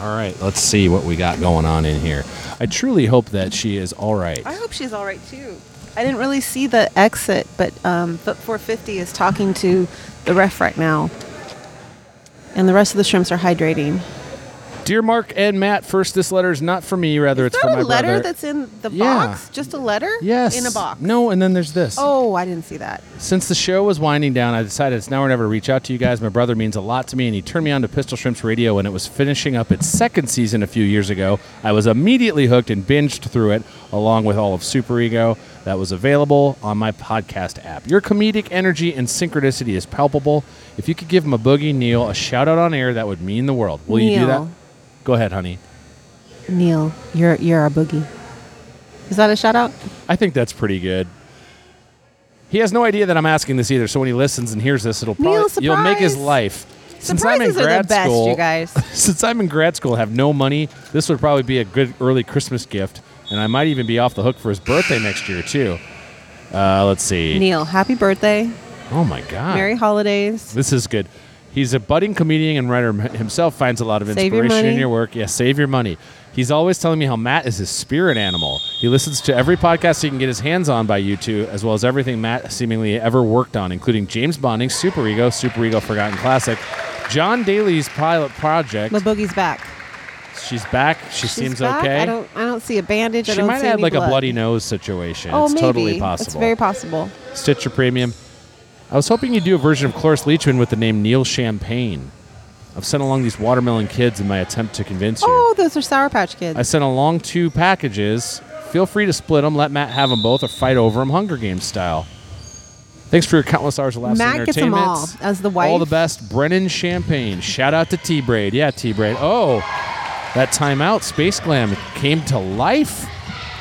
Speaker 1: All right. Let's see what we got going on in here. I truly hope that she is all right.
Speaker 2: I hope she's all right too. I didn't really see the exit, but um, Foot 450 is talking to the ref right now, and the rest of the shrimps are hydrating.
Speaker 1: Dear Mark and Matt, first this letter is not for me, rather it's
Speaker 2: Is
Speaker 1: for
Speaker 2: that
Speaker 1: my
Speaker 2: a letter
Speaker 1: brother.
Speaker 2: that's in the
Speaker 1: Yeah.
Speaker 2: box? Just a letter?
Speaker 1: yes.
Speaker 2: In a box.
Speaker 1: No, and then there's this.
Speaker 2: Oh, I didn't see that.
Speaker 1: Since the show was winding down, I decided it's now or never to reach out to you guys. My brother means a lot to me, and he turned me on to Pistol Shrimps Radio when it was finishing up its second season a few years ago. I was immediately hooked and binged through it, along with all of Super Ego that was available on my podcast app. Your comedic energy and synchronicity is palpable. If you could give my boogie Neil a shout out on air, that would mean the world. Will you do that?
Speaker 2: Neil.
Speaker 1: Go ahead, honey.
Speaker 2: Neil, you're you're our boogie. Is that a shout out?
Speaker 1: I think that's pretty good. He has no idea that I'm asking this either, so when he listens and hears this, it'll probably
Speaker 2: Neil,
Speaker 1: you'll make his
Speaker 2: surprise.
Speaker 1: life. Since I'm in
Speaker 2: Surprises are
Speaker 1: grad
Speaker 2: the best,
Speaker 1: school,
Speaker 2: you guys. <laughs>
Speaker 1: since I'm in grad school and have no money, this would probably be a good early Christmas gift, and I might even be off the hook for his birthday next year too. Uh, let's see.
Speaker 2: Neil, happy birthday.
Speaker 1: Oh my God,
Speaker 2: Merry holidays.
Speaker 1: this is good. He's a budding comedian and writer m- himself. Finds a lot of
Speaker 2: Save your
Speaker 1: inspiration in
Speaker 2: money.
Speaker 1: your work. Yes, save your money. He's always telling me how Matt is his spirit animal. He listens to every podcast he can get his hands on by you two, as well as everything Matt seemingly ever worked on, including James Bonding, Super Ego, Super Ego Forgotten Classic, John Daly's pilot project.
Speaker 2: My boogie's back.
Speaker 1: She's back. She
Speaker 2: She's
Speaker 1: seems
Speaker 2: back.
Speaker 1: okay.
Speaker 2: I don't I don't see a bandage. I
Speaker 1: she
Speaker 2: don't
Speaker 1: might
Speaker 2: see
Speaker 1: have
Speaker 2: any
Speaker 1: like a
Speaker 2: blood.
Speaker 1: bloody nose situation.
Speaker 2: Oh,
Speaker 1: it's
Speaker 2: maybe.
Speaker 1: totally possible.
Speaker 2: It's very possible.
Speaker 1: Stitcher Premium. I was hoping you'd do a version of Cloris Leachman with the name Neil Champagne. I've sent along these watermelon kids in my attempt to convince you.
Speaker 2: Oh, those are Sour Patch Kids.
Speaker 1: I sent along two packages. Feel free to split them. Let Matt have them both or fight over them Hunger Games style. Thanks for your countless hours of laughs and
Speaker 2: Matt gets 'em
Speaker 1: entertainment.
Speaker 2: all, as the
Speaker 1: All the
Speaker 2: wife.
Speaker 1: best. Brennan Champagne. Shout out to T Braid. Yeah, T Braid. Oh, that timeout, Space Glam, came to life.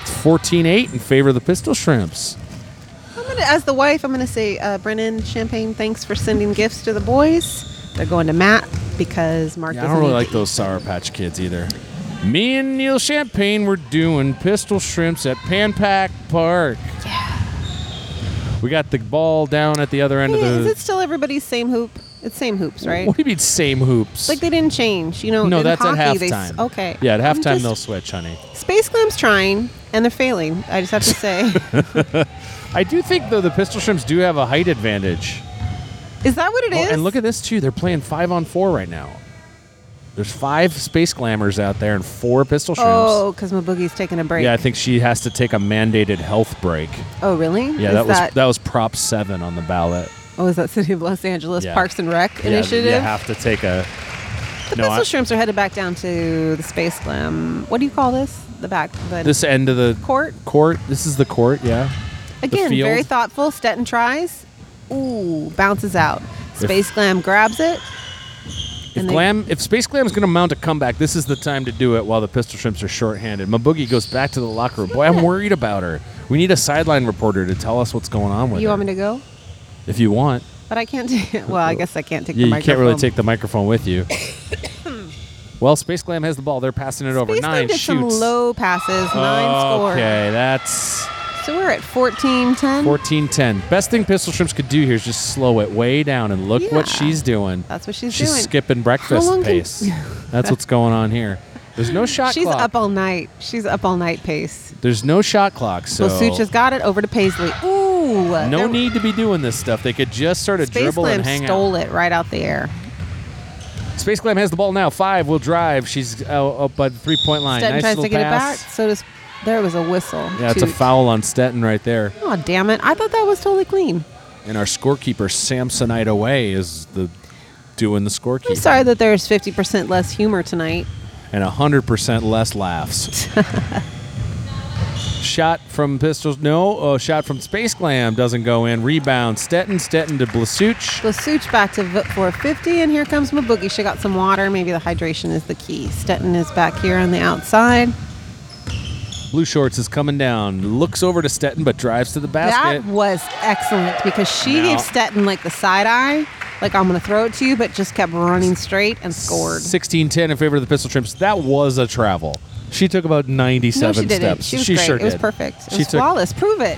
Speaker 1: It's 14 8 in favor of the Pistol Shrimps.
Speaker 2: I'm gonna, as the wife, I'm going to say, uh, Brennan Champagne, thanks for sending gifts to the boys. They're going to Matt because Mark
Speaker 1: Yeah, I
Speaker 2: doesn't
Speaker 1: don't really
Speaker 2: need
Speaker 1: like
Speaker 2: to
Speaker 1: those Sour Patch Kids either. Me and Neil Champagne were doing pistol shrimps at Panpack Park. Yeah. We got the ball down at the other end
Speaker 2: eat. Hey,
Speaker 1: of
Speaker 2: is
Speaker 1: the.
Speaker 2: it still everybody's same hoop? It's same hoops, right?
Speaker 1: What do you mean same hoops?
Speaker 2: Like they didn't change, you know.
Speaker 1: no,
Speaker 2: in
Speaker 1: that's
Speaker 2: hockey,
Speaker 1: at
Speaker 2: they s-
Speaker 1: halftime.
Speaker 2: okay.
Speaker 1: Yeah, at
Speaker 2: I'm
Speaker 1: halftime
Speaker 2: just-
Speaker 1: they'll switch, honey.
Speaker 2: Space Glam's trying and they're failing. I just have to say,
Speaker 1: <laughs> I do think though the pistol shrimps do have a height advantage.
Speaker 2: is that what it is?
Speaker 1: Oh, and look at this too. They're playing five on four right now. There's five space glammers out there and four pistol shrimps.
Speaker 2: oh, because my boogie's taking a break.
Speaker 1: Yeah, I think she has to take a mandated health break.
Speaker 2: oh, really?
Speaker 1: Yeah,
Speaker 2: Is
Speaker 1: that was that was Prop Seven on the ballot.
Speaker 2: Oh, is that City of Los Angeles
Speaker 1: Yeah.
Speaker 2: Parks and Rec
Speaker 1: Yeah,
Speaker 2: initiative?
Speaker 1: You have to take a.
Speaker 2: The
Speaker 1: No,
Speaker 2: pistol
Speaker 1: I-
Speaker 2: shrimps are headed back down to the space glam. What do you call this? The back. The
Speaker 1: this end of the
Speaker 2: court.
Speaker 1: court. This is the court. Yeah.
Speaker 2: Again,
Speaker 1: field.
Speaker 2: very thoughtful. Stetton tries. Ooh, bounces out. Space glam grabs it.
Speaker 1: If
Speaker 2: And they-
Speaker 1: glam, if space glam is going to mount a comeback, this is the time to do it. While the pistol shrimps are shorthanded, my boogie goes back to the locker room. Boy, I'm worried about her. We need a sideline reporter to tell us what's going on with
Speaker 2: You
Speaker 1: her.
Speaker 2: want me to go?
Speaker 1: if you want,
Speaker 2: But I can't. <laughs> T- well, I guess I can't take
Speaker 1: yeah,
Speaker 2: the
Speaker 1: you
Speaker 2: microphone.
Speaker 1: can't really take the microphone with
Speaker 2: <coughs>
Speaker 1: you. well, space glam has the ball. They're passing it over.
Speaker 2: Space
Speaker 1: Nine
Speaker 2: glam did
Speaker 1: shoots.
Speaker 2: some low passes. Nine scored.
Speaker 1: Okay, that's
Speaker 2: So we're at 14-10.
Speaker 1: 14-10. Best thing Pistol Shrimps could do here is just slow it way down and look what
Speaker 2: Yeah.
Speaker 1: she's doing.
Speaker 2: That's what she's
Speaker 1: she's
Speaker 2: doing.
Speaker 1: skipping breakfast
Speaker 2: How long can-
Speaker 1: pace. <laughs> That's what's going on here. There's no shot
Speaker 2: She's
Speaker 1: clock.
Speaker 2: up all night. She's up all night pace.
Speaker 1: There's no shot clock, so
Speaker 2: Bosucha's got it over to Paisley. Ooh.
Speaker 1: no need to be doing this stuff. They could just sort of
Speaker 2: Space
Speaker 1: dribble
Speaker 2: Glam
Speaker 1: and hang
Speaker 2: stole it right out the air.
Speaker 1: out. Space Glam has the ball now. Five will drive. She's out up by the three-point line.
Speaker 2: Stetton
Speaker 1: nice
Speaker 2: tries
Speaker 1: little
Speaker 2: to get
Speaker 1: pass.
Speaker 2: it back. So does. There was a whistle.
Speaker 1: Yeah, it's a
Speaker 2: Toot.
Speaker 1: foul on Stetton right there.
Speaker 2: Oh damn it! I thought that was totally clean.
Speaker 1: And our scorekeeper Samsonite away is the doing the scorekeeper.
Speaker 2: I'm sorry that there's 50% less humor tonight.
Speaker 1: and 100% less laughs. shot from pistols. No, oh, shot from Space Glam doesn't go in. Rebound. Stetton. Stetton to Blasuch.
Speaker 2: Blasuch back to v- 450, and here comes Mabugi. She got some water. Maybe the hydration is the key. Stetton is back here on the outside.
Speaker 1: Blue Shorts is coming down. Looks over to Stetton, but drives to the basket.
Speaker 2: That was excellent because she
Speaker 1: Now-
Speaker 2: gave Stetton like the side eye, like I'm going to throw it to you, but just kept running straight and scored.
Speaker 1: 16 10 in favor of the Pistol Shrimps. That was a travel. She took about 97
Speaker 2: no, she didn't.
Speaker 1: steps.
Speaker 2: She was great.
Speaker 1: sure
Speaker 2: it was
Speaker 1: did.
Speaker 2: perfect. It
Speaker 1: She
Speaker 2: was
Speaker 1: took-
Speaker 2: flawless. Prove it.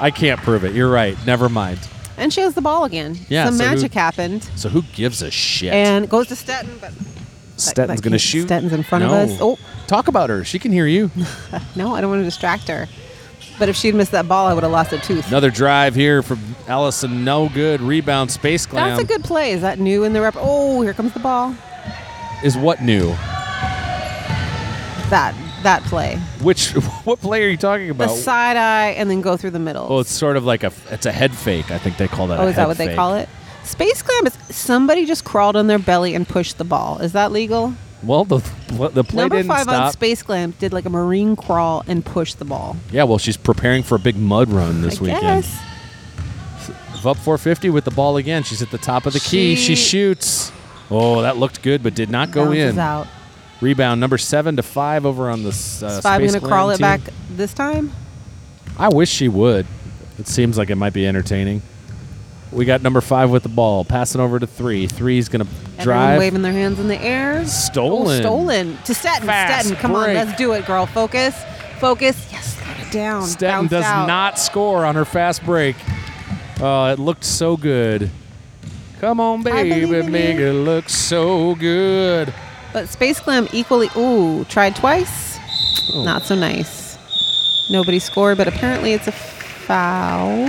Speaker 1: I can't prove it. You're right. Never mind.
Speaker 2: And she has the ball again.
Speaker 1: Yeah,
Speaker 2: Some
Speaker 1: so who-
Speaker 2: magic happened.
Speaker 1: So who gives a shit?
Speaker 2: And goes to Stetton, but
Speaker 1: Stetton's
Speaker 2: that
Speaker 1: going to
Speaker 2: can't-
Speaker 1: shoot.
Speaker 2: Stetton's in front of
Speaker 1: No.
Speaker 2: us. Oh.
Speaker 1: Talk about her. She can hear you.
Speaker 2: No, I don't want to distract her. But if she'd missed that ball, I would have lost a tooth.
Speaker 1: Another drive here from Allison. No good. Rebound. Space Glam.
Speaker 2: That's a good play. Is that new in the rep? Oh, here comes the ball.
Speaker 1: Is what new?
Speaker 2: that that play.
Speaker 1: Which <laughs> what play are you talking
Speaker 2: The
Speaker 1: about?
Speaker 2: side eye and then go through the middle.
Speaker 1: well, Oh, it's sort of like a it's a head fake. I think they call that.
Speaker 2: oh,
Speaker 1: a
Speaker 2: is that
Speaker 1: head
Speaker 2: what they
Speaker 1: fake.
Speaker 2: call it? Space clam is somebody just crawled on their belly and pushed the ball. Is that legal?
Speaker 1: Well, the the play
Speaker 2: Number
Speaker 1: didn't
Speaker 2: five
Speaker 1: stop.
Speaker 2: on Space Glam did like a marine crawl and push the ball.
Speaker 1: yeah, well, she's preparing for a big mud run this
Speaker 2: I
Speaker 1: weekend.
Speaker 2: guess.
Speaker 1: Up 450 with the ball again. She's at the top of the key. She
Speaker 2: She-
Speaker 1: shoots. Oh, that looked good, but did not go
Speaker 2: Bounces
Speaker 1: in.
Speaker 2: out.
Speaker 1: Rebound number seven to five over on the s- uh,
Speaker 2: Is Five
Speaker 1: Space
Speaker 2: going to
Speaker 1: Glam
Speaker 2: crawl it
Speaker 1: team.
Speaker 2: back this time?
Speaker 1: I wish she would. It seems like it might be entertaining. We got number five with the ball, passing over to three. Three's gonna
Speaker 2: Everyone
Speaker 1: drive.
Speaker 2: waving their hands in the air.
Speaker 1: Stolen.
Speaker 2: Oh, stolen. To Stetton.
Speaker 1: Fast
Speaker 2: Stetton, come
Speaker 1: break.
Speaker 2: on, let's do it, girl. Focus. Focus. Yes, got it down.
Speaker 1: Stetton
Speaker 2: Bounced
Speaker 1: does
Speaker 2: out.
Speaker 1: not score on her fast break. Oh, it looked so good. Come on,
Speaker 2: believe
Speaker 1: baby,
Speaker 2: in
Speaker 1: make
Speaker 2: you.
Speaker 1: it look so good.
Speaker 2: But Space Glam equally. Ooh, tried twice.
Speaker 1: Oh.
Speaker 2: Not so nice. Nobody scored, but apparently it's a foul.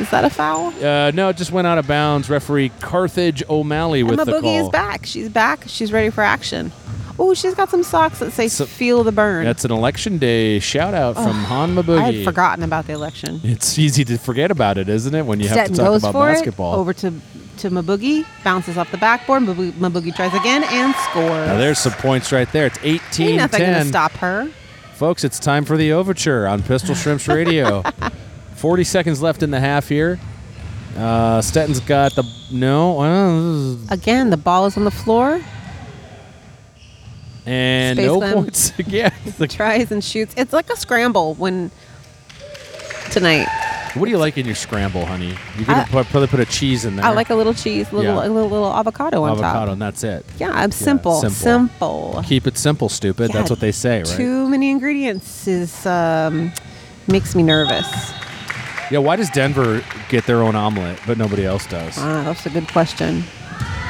Speaker 2: Is that a foul?
Speaker 1: Uh, no, it just went out of bounds. Referee Carthage O'Malley with
Speaker 2: Emma
Speaker 1: the
Speaker 2: Boogie
Speaker 1: call.
Speaker 2: is back. She's back. She's ready for action. Oh, she's got some socks that say
Speaker 1: So-
Speaker 2: "Feel the Burn."
Speaker 1: That's an election day shout out from Hanma Boogie.
Speaker 2: I had forgotten about the election.
Speaker 1: It's easy to forget about it, isn't it, when you have
Speaker 2: Stetton
Speaker 1: to talk
Speaker 2: goes
Speaker 1: about
Speaker 2: for
Speaker 1: basketball?
Speaker 2: it over to to Maboogie, bounces off the backboard. Maboo- Maboogie tries again and scores.
Speaker 1: Now there's some points right there. It's
Speaker 2: Ain't
Speaker 1: 18
Speaker 2: nothing gonna
Speaker 1: 10.
Speaker 2: stop her.
Speaker 1: Folks, it's time for the overture on Pistol Shrimps
Speaker 2: <laughs>
Speaker 1: Radio. 40 seconds left in the half here. Uh, Stetton's got the. No. uh,
Speaker 2: Again, the ball is on the floor.
Speaker 1: And
Speaker 2: Space
Speaker 1: no
Speaker 2: Slam.
Speaker 1: points <laughs> again. Like,
Speaker 2: Tries and shoots. It's like a scramble when tonight.
Speaker 1: what do you like in your scramble, honey? You're going
Speaker 2: I-
Speaker 1: to probably put a cheese in there.
Speaker 2: I like a little cheese, little
Speaker 1: Yeah.
Speaker 2: a little, little avocado on
Speaker 1: avocado,
Speaker 2: top.
Speaker 1: and that's it.
Speaker 2: Yeah, I'm simple,
Speaker 1: simple.
Speaker 2: simple.
Speaker 1: Keep it simple, stupid.
Speaker 2: Yeah,
Speaker 1: That's what they say, right?
Speaker 2: Too many ingredients is um, makes me nervous.
Speaker 1: Yeah, why does Denver get their own omelet, but nobody else does?
Speaker 2: Ah, that's a good question.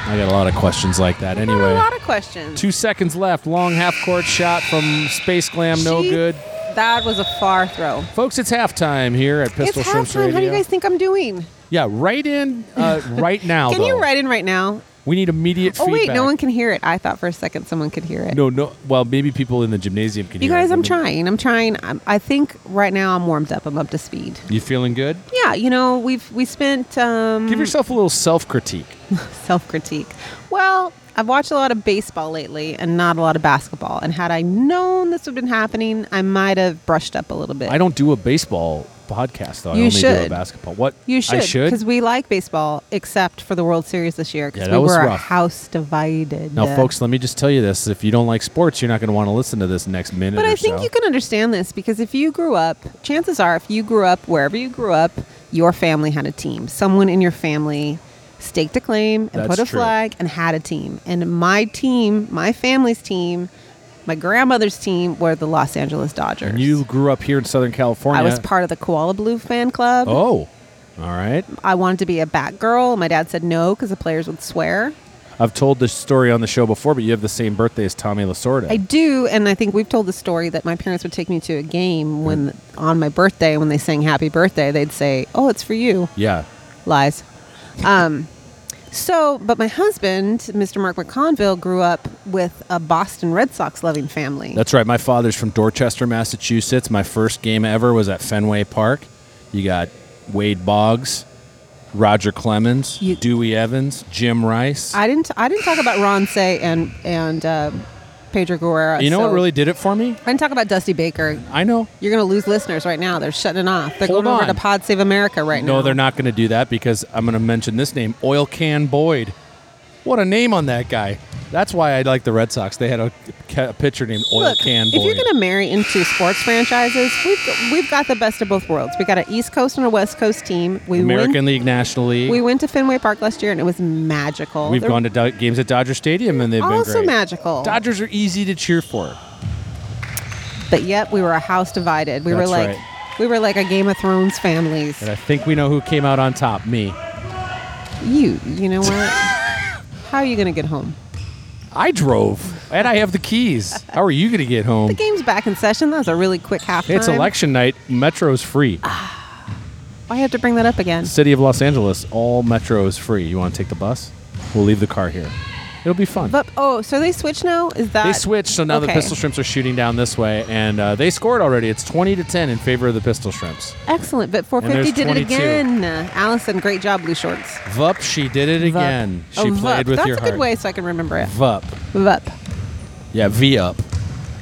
Speaker 1: I got a lot of questions like that.
Speaker 2: There are
Speaker 1: Anyway.
Speaker 2: a lot of questions.
Speaker 1: Two seconds left. Long half court shot from Space Glam. No
Speaker 2: She-
Speaker 1: good.
Speaker 2: That was a far throw.
Speaker 1: Folks, it's halftime here at Pistol
Speaker 2: it's
Speaker 1: Shrimps
Speaker 2: halftime.
Speaker 1: Radio.
Speaker 2: How do you guys think I'm doing?
Speaker 1: yeah, write in uh,
Speaker 2: <laughs>
Speaker 1: right now.
Speaker 2: Can you
Speaker 1: though.
Speaker 2: write in right now?
Speaker 1: We need immediate
Speaker 2: Oh
Speaker 1: feedback.
Speaker 2: wait, no one can hear it. I thought for a second someone could hear it.
Speaker 1: No, no. Well, maybe people in the gymnasium can
Speaker 2: You
Speaker 1: hear.
Speaker 2: guys,
Speaker 1: it.
Speaker 2: I'm trying. I'm trying. I'm, I think right now I'm warmed up. I'm up to speed.
Speaker 1: You feeling good?
Speaker 2: Yeah, you know we've we spent. Um,
Speaker 1: Give yourself a little self critique.
Speaker 2: self critique. Well, I've watched a lot of baseball lately and not a lot of basketball. And had I known this would have been happening, I might have brushed up a little bit.
Speaker 1: I don't do a baseball podcast though. I
Speaker 2: You
Speaker 1: only do a
Speaker 2: should.
Speaker 1: basketball. What
Speaker 2: You should.
Speaker 1: I should.
Speaker 2: Because we like baseball, except for the World Series this year.
Speaker 1: Yeah,
Speaker 2: Because
Speaker 1: that
Speaker 2: we
Speaker 1: was
Speaker 2: were a
Speaker 1: rough.
Speaker 2: house divided.
Speaker 1: now, folks, let me just tell you this: if you don't like sports, you're not going to want to listen to this next minute.
Speaker 2: But
Speaker 1: or
Speaker 2: I think
Speaker 1: so.
Speaker 2: you can understand this because if you grew up, chances are, if you grew up wherever you grew up, your family had a team. Someone in your family staked a claim and
Speaker 1: That's
Speaker 2: put a
Speaker 1: true.
Speaker 2: flag and had a team. And my team, my family's team, my grandmother's team were the Los Angeles Dodgers.
Speaker 1: And you grew up here in Southern California.
Speaker 2: I was part of the Koala Blue fan club.
Speaker 1: Oh, all right.
Speaker 2: I wanted to be a bat girl. My dad said no because the players would swear.
Speaker 1: I've told this story on the show before, but you have the same birthday as Tommy Lasorda.
Speaker 2: I do, and I think we've told the story that my parents would take me to a game when on my birthday when they sang "Happy Birthday," they'd say, "Oh, it's for you."
Speaker 1: yeah.
Speaker 2: Lies. Um, so, but my husband, Mr. Mark McConville, grew up with a Boston Red Sox loving family.
Speaker 1: That's right. My father's from Dorchester, Massachusetts. My first game ever was at Fenway Park. You got Wade Boggs, Roger Clemens,
Speaker 2: You-
Speaker 1: Dewey Evans, Jim Rice.
Speaker 2: I didn't. I didn't talk about Ron Say and and uh, Pedro Guerrero.
Speaker 1: you know what
Speaker 2: so-
Speaker 1: really did it for me?
Speaker 2: I didn't talk about Dusty Baker.
Speaker 1: I know.
Speaker 2: You're going to lose listeners right now. They're shutting it off. They're
Speaker 1: Hold
Speaker 2: going over
Speaker 1: on.
Speaker 2: to Pod Save America right now.
Speaker 1: No, they're not going to do that because I'm going to mention this name, Oil Can Boyd. What a name on that guy. That's why I like the Red Sox. They had a, a pitcher named Oil
Speaker 2: Look,
Speaker 1: Can Boyd.
Speaker 2: if you're going to marry into sports franchises, we've we've got the best of both worlds. We got an East Coast and a West Coast team. We
Speaker 1: American
Speaker 2: went,
Speaker 1: League, National League.
Speaker 2: we went to Fenway Park last year and it was magical.
Speaker 1: We've
Speaker 2: They're
Speaker 1: gone to do- games at Dodger Stadium and they've been
Speaker 2: also
Speaker 1: great.
Speaker 2: magical.
Speaker 1: Dodgers are easy to cheer for.
Speaker 2: But yet we were a house divided. We were
Speaker 1: That's
Speaker 2: like
Speaker 1: right.
Speaker 2: we were like a Game of Thrones families.
Speaker 1: And I think we know who came out on top. Me.
Speaker 2: You you know what?
Speaker 1: <laughs>
Speaker 2: How are you going to get home?
Speaker 1: I drove and I have the keys. How are you going to get
Speaker 2: The
Speaker 1: home?
Speaker 2: game's back in session. That was a really quick halftime.
Speaker 1: It's election night. Metro's free.
Speaker 2: Ah. Why have to bring that up again?
Speaker 1: City of Los Angeles, all metro is free. You want to take the bus? We'll leave the car here. It'll be fun.
Speaker 2: But oh, so they switch now? Is that
Speaker 1: they switched, so now the
Speaker 2: okay.
Speaker 1: pistol shrimps are shooting down this way, and uh, they scored already. It's twenty to ten in favor of the pistol shrimps.
Speaker 2: Excellent, but 450 did
Speaker 1: And there's
Speaker 2: it again. Allison, great job, blue shorts.
Speaker 1: Vup, she did it again.
Speaker 2: Vup.
Speaker 1: She
Speaker 2: Oh,
Speaker 1: played
Speaker 2: Vup.
Speaker 1: with
Speaker 2: That's
Speaker 1: your
Speaker 2: a good
Speaker 1: heart.
Speaker 2: way so I can remember it.
Speaker 1: Vup,
Speaker 2: Vup.
Speaker 1: yeah, V up.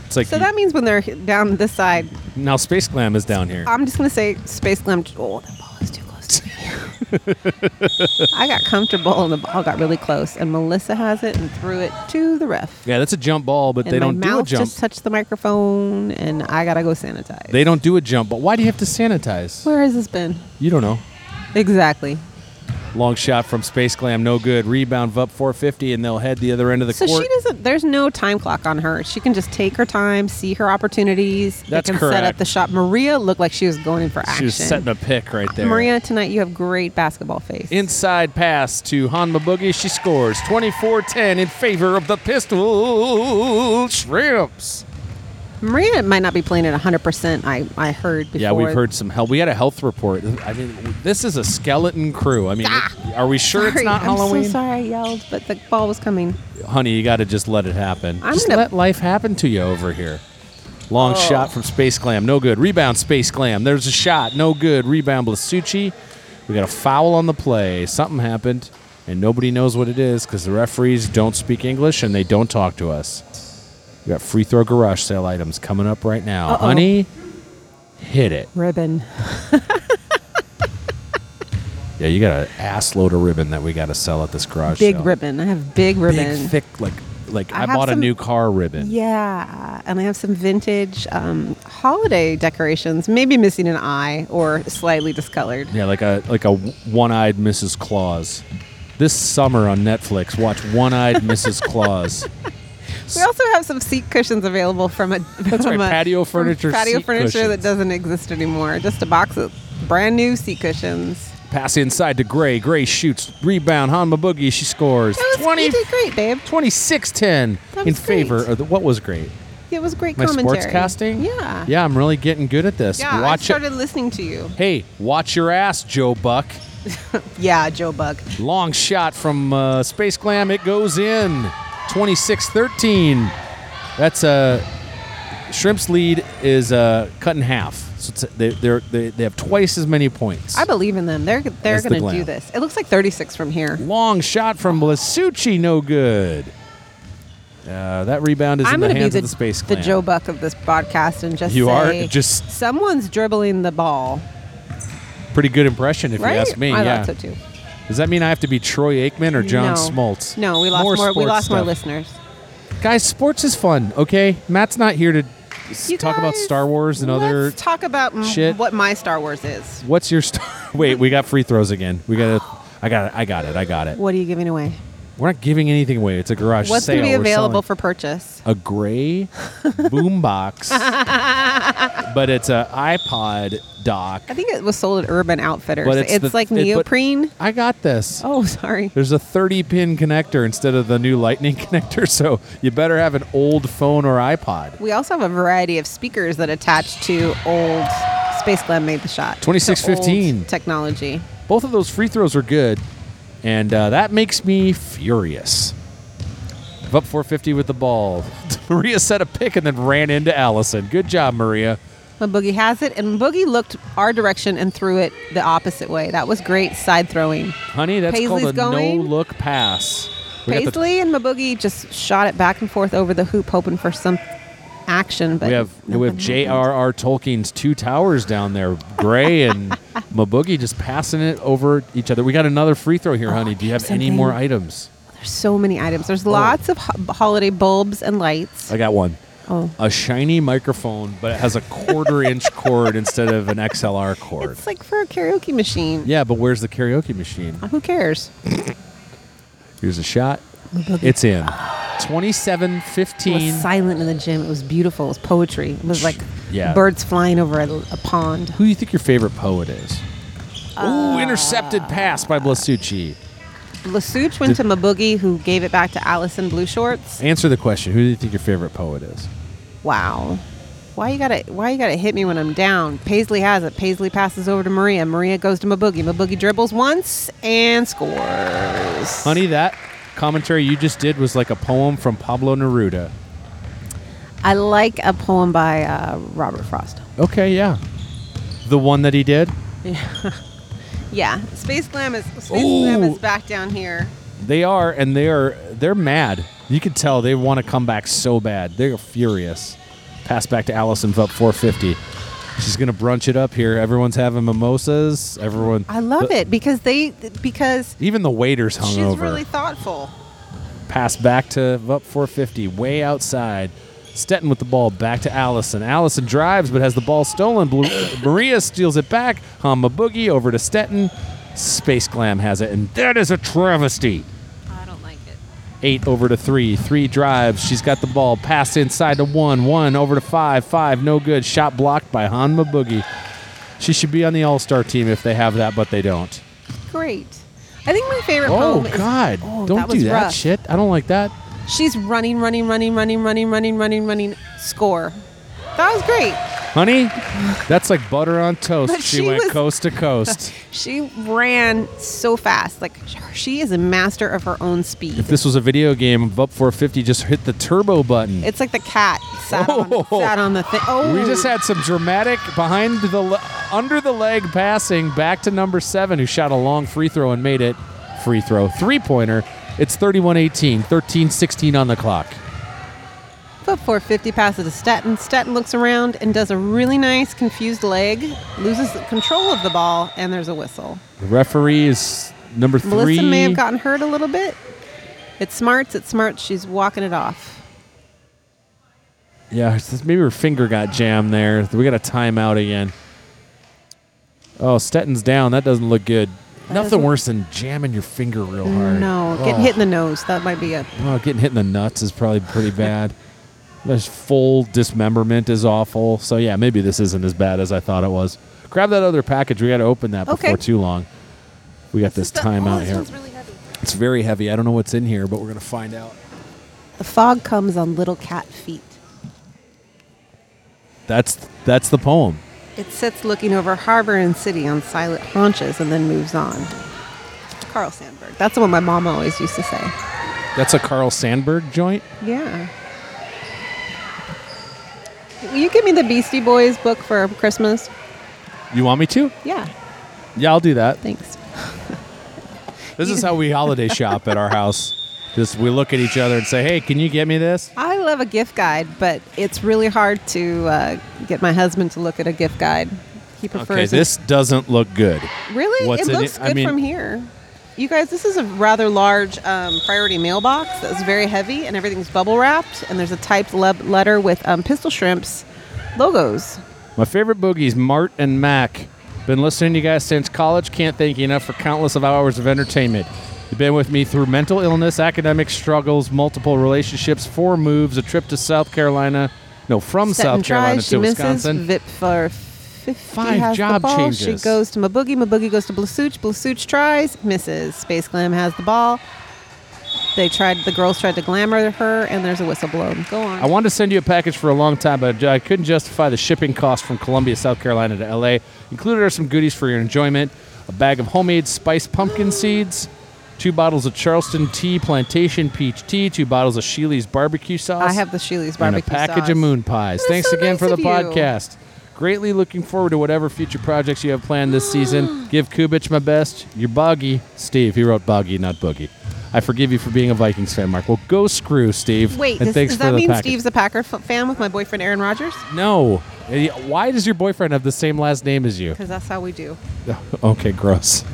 Speaker 1: It's like
Speaker 2: So
Speaker 1: you-
Speaker 2: that means when they're down this side,
Speaker 1: now Space Glam is down here.
Speaker 2: I'm just going to say Space Glam. Oh, that ball is too close to me.
Speaker 1: <laughs>
Speaker 2: I got comfortable and the ball got really close, and Melissa has it and threw it to the ref.
Speaker 1: yeah, that's a jump ball, but
Speaker 2: And
Speaker 1: they
Speaker 2: my
Speaker 1: don't do a
Speaker 2: mouth
Speaker 1: jump.
Speaker 2: just touched the microphone, and I got to go sanitize.
Speaker 1: They don't do a jump, but why do you have to sanitize?
Speaker 2: Where has this been?
Speaker 1: You don't know.
Speaker 2: Exactly.
Speaker 1: Long shot from Space Glam, no good. Rebound Vup 450, and they'll head the other end of the
Speaker 2: So
Speaker 1: court.
Speaker 2: she doesn't. There's no time clock on her. She can just take her time, see her opportunities. They
Speaker 1: That's
Speaker 2: can Set
Speaker 1: correct.
Speaker 2: up the shot. Maria looked like she was going in for action.
Speaker 1: She was setting a pick right there.
Speaker 2: Maria, tonight you have great basketball face.
Speaker 1: Inside pass to Hanma Boogie. She scores 24 10 in favor of the Pistol Shrimps.
Speaker 2: Maria might not be playing at 100%. I, I heard before.
Speaker 1: Yeah, we've
Speaker 2: <laughs>
Speaker 1: heard some help. We had a health report. I mean, this is a skeleton crew. I mean, it- are we sure
Speaker 2: Ah! Sorry,
Speaker 1: it's not
Speaker 2: I'm
Speaker 1: Halloween?
Speaker 2: so sorry I yelled, but the ball was coming.
Speaker 1: Honey, you got to just let it happen.
Speaker 2: I'm
Speaker 1: just
Speaker 2: gonna- Oh.
Speaker 1: let life happen to you over here. Long shot from Space Glam. No good. Rebound, Space Glam. There's a shot. No good. Rebound, Blasucci. We got a foul on the play. Something happened, and nobody knows what it is because the referees don't speak English and they don't talk to us. We got free throw garage sale items coming up right now.
Speaker 2: Uh-oh.
Speaker 1: Honey, hit it.
Speaker 2: Ribbon.
Speaker 1: Yeah, you got an ass load of ribbon that we got to sell at this garage
Speaker 2: Big
Speaker 1: sale.
Speaker 2: ribbon. I have big
Speaker 1: Big,
Speaker 2: ribbon.
Speaker 1: thick, like, like I,
Speaker 2: I have
Speaker 1: bought a
Speaker 2: some-
Speaker 1: new car ribbon.
Speaker 2: Yeah, and I have some vintage um, holiday decorations, maybe missing an eye or slightly discolored.
Speaker 1: Yeah, like a like a one-eyed Mrs. Claus. This summer on Netflix, watch One-Eyed
Speaker 2: <laughs>
Speaker 1: Mrs. Claus.
Speaker 2: We also have some seat cushions available from a that's
Speaker 1: right, patio furniture
Speaker 2: patio
Speaker 1: seat
Speaker 2: furniture that
Speaker 1: cushions.
Speaker 2: doesn't exist anymore. Just a box of brand new seat cushions.
Speaker 1: Pass inside to Gray. Gray shoots. Rebound. Hanma Boogie. She scores.
Speaker 2: That was,
Speaker 1: 20,
Speaker 2: you did great, babe.
Speaker 1: 26-10
Speaker 2: That
Speaker 1: in
Speaker 2: was great.
Speaker 1: favor of the, what was great?
Speaker 2: It was great
Speaker 1: My
Speaker 2: commentary.
Speaker 1: sports casting?
Speaker 2: Yeah.
Speaker 1: Yeah, I'm really getting good at this.
Speaker 2: Yeah,
Speaker 1: watch
Speaker 2: I started
Speaker 1: it.
Speaker 2: listening to you.
Speaker 1: Hey, watch your ass, Joe Buck.
Speaker 2: Yeah, Joe Buck.
Speaker 1: Long shot from uh, Space Glam. It goes in. 26 13. That's a. Shrimp's lead is uh, cut in half. So it's, they, they're, they, they have twice as many points.
Speaker 2: I believe in them. They're they're
Speaker 1: That's the
Speaker 2: going to
Speaker 1: glam.
Speaker 2: do this. It looks like 36 from here.
Speaker 1: Long shot from Blasucci. No good. Uh, that rebound is
Speaker 2: I'm
Speaker 1: in
Speaker 2: going
Speaker 1: the
Speaker 2: to be
Speaker 1: hands
Speaker 2: the,
Speaker 1: of the Space
Speaker 2: the
Speaker 1: Glam.
Speaker 2: Joe Buck of this podcast and just
Speaker 1: You are?
Speaker 2: say,
Speaker 1: Just-
Speaker 2: someone's dribbling the ball,
Speaker 1: Pretty good impression, if
Speaker 2: right?
Speaker 1: you ask me.
Speaker 2: I
Speaker 1: yeah.
Speaker 2: thought so too.
Speaker 1: Does that mean I have to be Troy Aikman or John
Speaker 2: no.
Speaker 1: Smoltz?
Speaker 2: No, we lost more. we
Speaker 1: sports
Speaker 2: lost more
Speaker 1: stuff.
Speaker 2: listeners.
Speaker 1: Guys, sports is fun, okay? Matt's not here to s-
Speaker 2: You
Speaker 1: talk about
Speaker 2: guys,
Speaker 1: Star Wars and
Speaker 2: let's
Speaker 1: other.
Speaker 2: talk about m-
Speaker 1: shit.
Speaker 2: what my Star Wars is.
Speaker 1: What's your star? <laughs> Wait, we got free throws again. We got to I got it. I got it. I got it.
Speaker 2: What are you giving away?
Speaker 1: We're not giving anything away. It's a garage
Speaker 2: What's
Speaker 1: sale.
Speaker 2: going to be
Speaker 1: We're
Speaker 2: available
Speaker 1: selling
Speaker 2: for purchase?
Speaker 1: a
Speaker 2: <laughs>
Speaker 1: gray boombox, but it's an iPod dock.
Speaker 2: I think it was sold at Urban Outfitters.
Speaker 1: But it's the-
Speaker 2: it's like
Speaker 1: it- but-
Speaker 2: neoprene.
Speaker 1: I got this.
Speaker 2: oh, <laughs> sorry.
Speaker 1: There's a 30 pin connector instead of the new Lightning <laughs> connector, so you better have an old phone or iPod.
Speaker 2: We also have a variety of speakers that attach to old Space Glam made the shot. to
Speaker 1: 2615.
Speaker 2: old technology.
Speaker 1: Both of those free throws are good, and uh, that makes me furious. Up 450 with the ball. <laughs> Maria set a pick and then ran into Allison. Good job, Maria.
Speaker 2: But Boogie has it, and Boogie looked our direction and threw it the opposite way. That was great side throwing.
Speaker 1: Honey, that's
Speaker 2: Paisley's
Speaker 1: called a
Speaker 2: going.
Speaker 1: no look pass. We got the-
Speaker 2: Paisley and Maboogie just shot it back and forth over the hoop, hoping for some action. But
Speaker 1: we have we
Speaker 2: <laughs>
Speaker 1: have
Speaker 2: nothing happened.
Speaker 1: J.R.R. Tolkien's two towers down there, Gray
Speaker 2: <laughs>
Speaker 1: and Maboogie, just passing it over each other. We got another free throw here, honey. Do you have any
Speaker 2: Oh, something.
Speaker 1: more items?
Speaker 2: There's so many items. There's lots of ho- holiday bulbs and lights.
Speaker 1: Oh. I got one.
Speaker 2: Oh.
Speaker 1: A shiny microphone, but it has a quarter
Speaker 2: <laughs>
Speaker 1: inch cord instead of an XLR cord.
Speaker 2: It's like for a karaoke machine.
Speaker 1: yeah, but where's the karaoke machine?
Speaker 2: Who cares?
Speaker 1: Here's a shot. It's in. 27
Speaker 2: It was
Speaker 1: 15.
Speaker 2: silent in the gym. It was beautiful. It was poetry. It was like
Speaker 1: Yeah.
Speaker 2: birds flying over a, a pond.
Speaker 1: Who do you think your favorite poet is? Ooh, intercepted pass by Blasucci.
Speaker 2: Lasuch went to Maboogie, who gave it back to Allison Blue Shorts.
Speaker 1: Answer the question. Who do you think your favorite poet is?
Speaker 2: Wow. Why you gotta why you gotta hit me when I'm down? Paisley has it. Paisley passes over to Maria. Maria goes to Maboogie. Maboogie dribbles once and scores.
Speaker 1: Honey, that commentary you just did was like a poem from Pablo Neruda.
Speaker 2: I like a poem by uh, Robert Frost.
Speaker 1: Okay, yeah. The one that he did?
Speaker 2: Yeah, Space Glam is Space Glam
Speaker 1: Ooh.
Speaker 2: is back down here.
Speaker 1: They are, and they are they're mad. You could tell they want to come back so bad. They're furious. Pass back to Allison up 450. She's gonna brunch it up here. Everyone's having mimosas. Everyone.
Speaker 2: I love
Speaker 1: the-
Speaker 2: it because they because
Speaker 1: Even the waiters
Speaker 2: she's
Speaker 1: hungover.
Speaker 2: really thoughtful.
Speaker 1: Pass back to up 450, way outside. Stetton with the ball back to Allison. Allison drives but has the ball stolen. Blue- <coughs> Maria steals it back. Hama Boogie over to Stetton. Space Glam has it, and that is a travesty.
Speaker 2: I don't like it.
Speaker 1: Eight over to three. Three drives. She's got the ball. Pass inside to one. One over to five. Five. No good. Shot blocked by Hanma Boogie. She should be on the All Star team if they have that, but they don't.
Speaker 2: Great. I think my favorite
Speaker 1: Oh,
Speaker 2: poem. is-
Speaker 1: God.
Speaker 2: Oh,
Speaker 1: don't
Speaker 2: that
Speaker 1: do
Speaker 2: was
Speaker 1: that
Speaker 2: rough.
Speaker 1: shit. I don't like that.
Speaker 2: She's running, running, running, running, running, running, running, running. Score. That was great. <sighs>
Speaker 1: Honey, that's like butter on toast.
Speaker 2: But
Speaker 1: She,
Speaker 2: she
Speaker 1: went
Speaker 2: was-
Speaker 1: coast to
Speaker 2: <laughs>
Speaker 1: coast.
Speaker 2: She ran so fast. Like she is a master of her own speed.
Speaker 1: if this was a video game, Up 450 just hit the turbo button.
Speaker 2: It's like the cat sat, on,
Speaker 1: <laughs> Oh.
Speaker 2: sat on the thing. Oh,
Speaker 1: we just had some dramatic behind the le- under the leg passing back to number seven, who shot a long free throw and made it free throw three pointer. It's 31-18, 13-16 on the clock.
Speaker 2: But 450 passes to Stetton. Stetton looks around and does a really nice confused leg, loses control of the ball, and there's a whistle.
Speaker 1: The referee is number three.
Speaker 2: Melissa may have gotten hurt a little bit. It smarts, it smarts. She's walking it off.
Speaker 1: Yeah, it's just- maybe her finger got jammed there. We got a timeout again. Oh, Stetton's down. That doesn't look good. Nothing
Speaker 2: doesn't-
Speaker 1: worse than jamming your finger real hard.
Speaker 2: No,
Speaker 1: oh.
Speaker 2: getting hit in the nose. That might be a.
Speaker 1: Oh, getting hit in the nuts is probably pretty bad. There's full dismemberment is awful. So yeah, maybe this isn't as bad as I thought it was. Grab that other package. We got to open that
Speaker 2: Okay.
Speaker 1: before too long. We got this timeout here. it's very heavy. I don't know what's in here, but we're gonna find out.
Speaker 2: The fog comes on little cat feet.
Speaker 1: That's that's the poem.
Speaker 2: It sits looking over harbor and city on silent haunches and then moves on. Carl Sandburg. That's the one my mom always used to say.
Speaker 1: That's a Carl Sandburg joint.
Speaker 2: Yeah. Will you give me the Beastie Boys book for Christmas?
Speaker 1: You want me to?
Speaker 2: Yeah,
Speaker 1: Yeah, I'll do that.
Speaker 2: thanks.
Speaker 1: This is how we holiday shop at our house. Just we look at each other and say, "Hey, can you get me this?"
Speaker 2: I love a gift guide, but it's really hard to uh, get my husband to look at a gift guide. He prefers
Speaker 1: Okay,
Speaker 2: it-
Speaker 1: this doesn't look good.
Speaker 2: Really?
Speaker 1: what's
Speaker 2: it
Speaker 1: in
Speaker 2: looks
Speaker 1: it?
Speaker 2: good
Speaker 1: I mean-
Speaker 2: from here. You guys, this is a rather large um, priority mailbox that's very heavy, and everything's bubble wrapped. And there's a typed le- letter with um, pistol shrimps logos.
Speaker 1: My favorite boogies, Mart and Mac. Been listening to you guys since college. Can't thank you enough for countless of hours of entertainment. You've been with me through mental illness, academic struggles, multiple relationships, four moves, a trip to South Carolina, no, from
Speaker 2: Stetton
Speaker 1: South Carolina
Speaker 2: tries, she
Speaker 1: to
Speaker 2: misses.
Speaker 1: Wisconsin.
Speaker 2: Vip for 50
Speaker 1: Five
Speaker 2: has the
Speaker 1: job
Speaker 2: ball.
Speaker 1: changes.
Speaker 2: She goes to Maboogie. Maboogie goes to Blasuch. Blasuch tries, misses. Space Glam has the ball. They tried. The girls tried to glamour her, and there's a whistle blown. Go on.
Speaker 1: I wanted to send you a package for a long time, but I couldn't justify the shipping cost from Columbia, South Carolina to LA. Included are some goodies for your enjoyment a bag of homemade spiced pumpkin seeds, two bottles of Charleston tea, plantation peach tea, two bottles of Sheely's barbecue sauce.
Speaker 2: I have the Sheely's
Speaker 1: and a
Speaker 2: barbecue
Speaker 1: package
Speaker 2: sauce.
Speaker 1: of moon pies.
Speaker 2: That's
Speaker 1: Thanks
Speaker 2: so
Speaker 1: again
Speaker 2: nice
Speaker 1: for the
Speaker 2: of you.
Speaker 1: podcast. Greatly looking forward to whatever future projects you have planned this
Speaker 2: <gasps>
Speaker 1: season. Give Kubich my best. You're boggy. Steve, he wrote boggy, not boogie. I forgive you for being a Vikings fan, Mark. Well, go screw, Steve.
Speaker 2: Wait,
Speaker 1: and
Speaker 2: does,
Speaker 1: thanks
Speaker 2: does
Speaker 1: for
Speaker 2: that
Speaker 1: the
Speaker 2: mean
Speaker 1: package.
Speaker 2: Steve's a Packer f- fan with my boyfriend Aaron Rodgers?
Speaker 1: No. Eh, Why does your boyfriend have the same last name as you? <laughs>
Speaker 2: Because that's how we do.
Speaker 1: Okay, gross.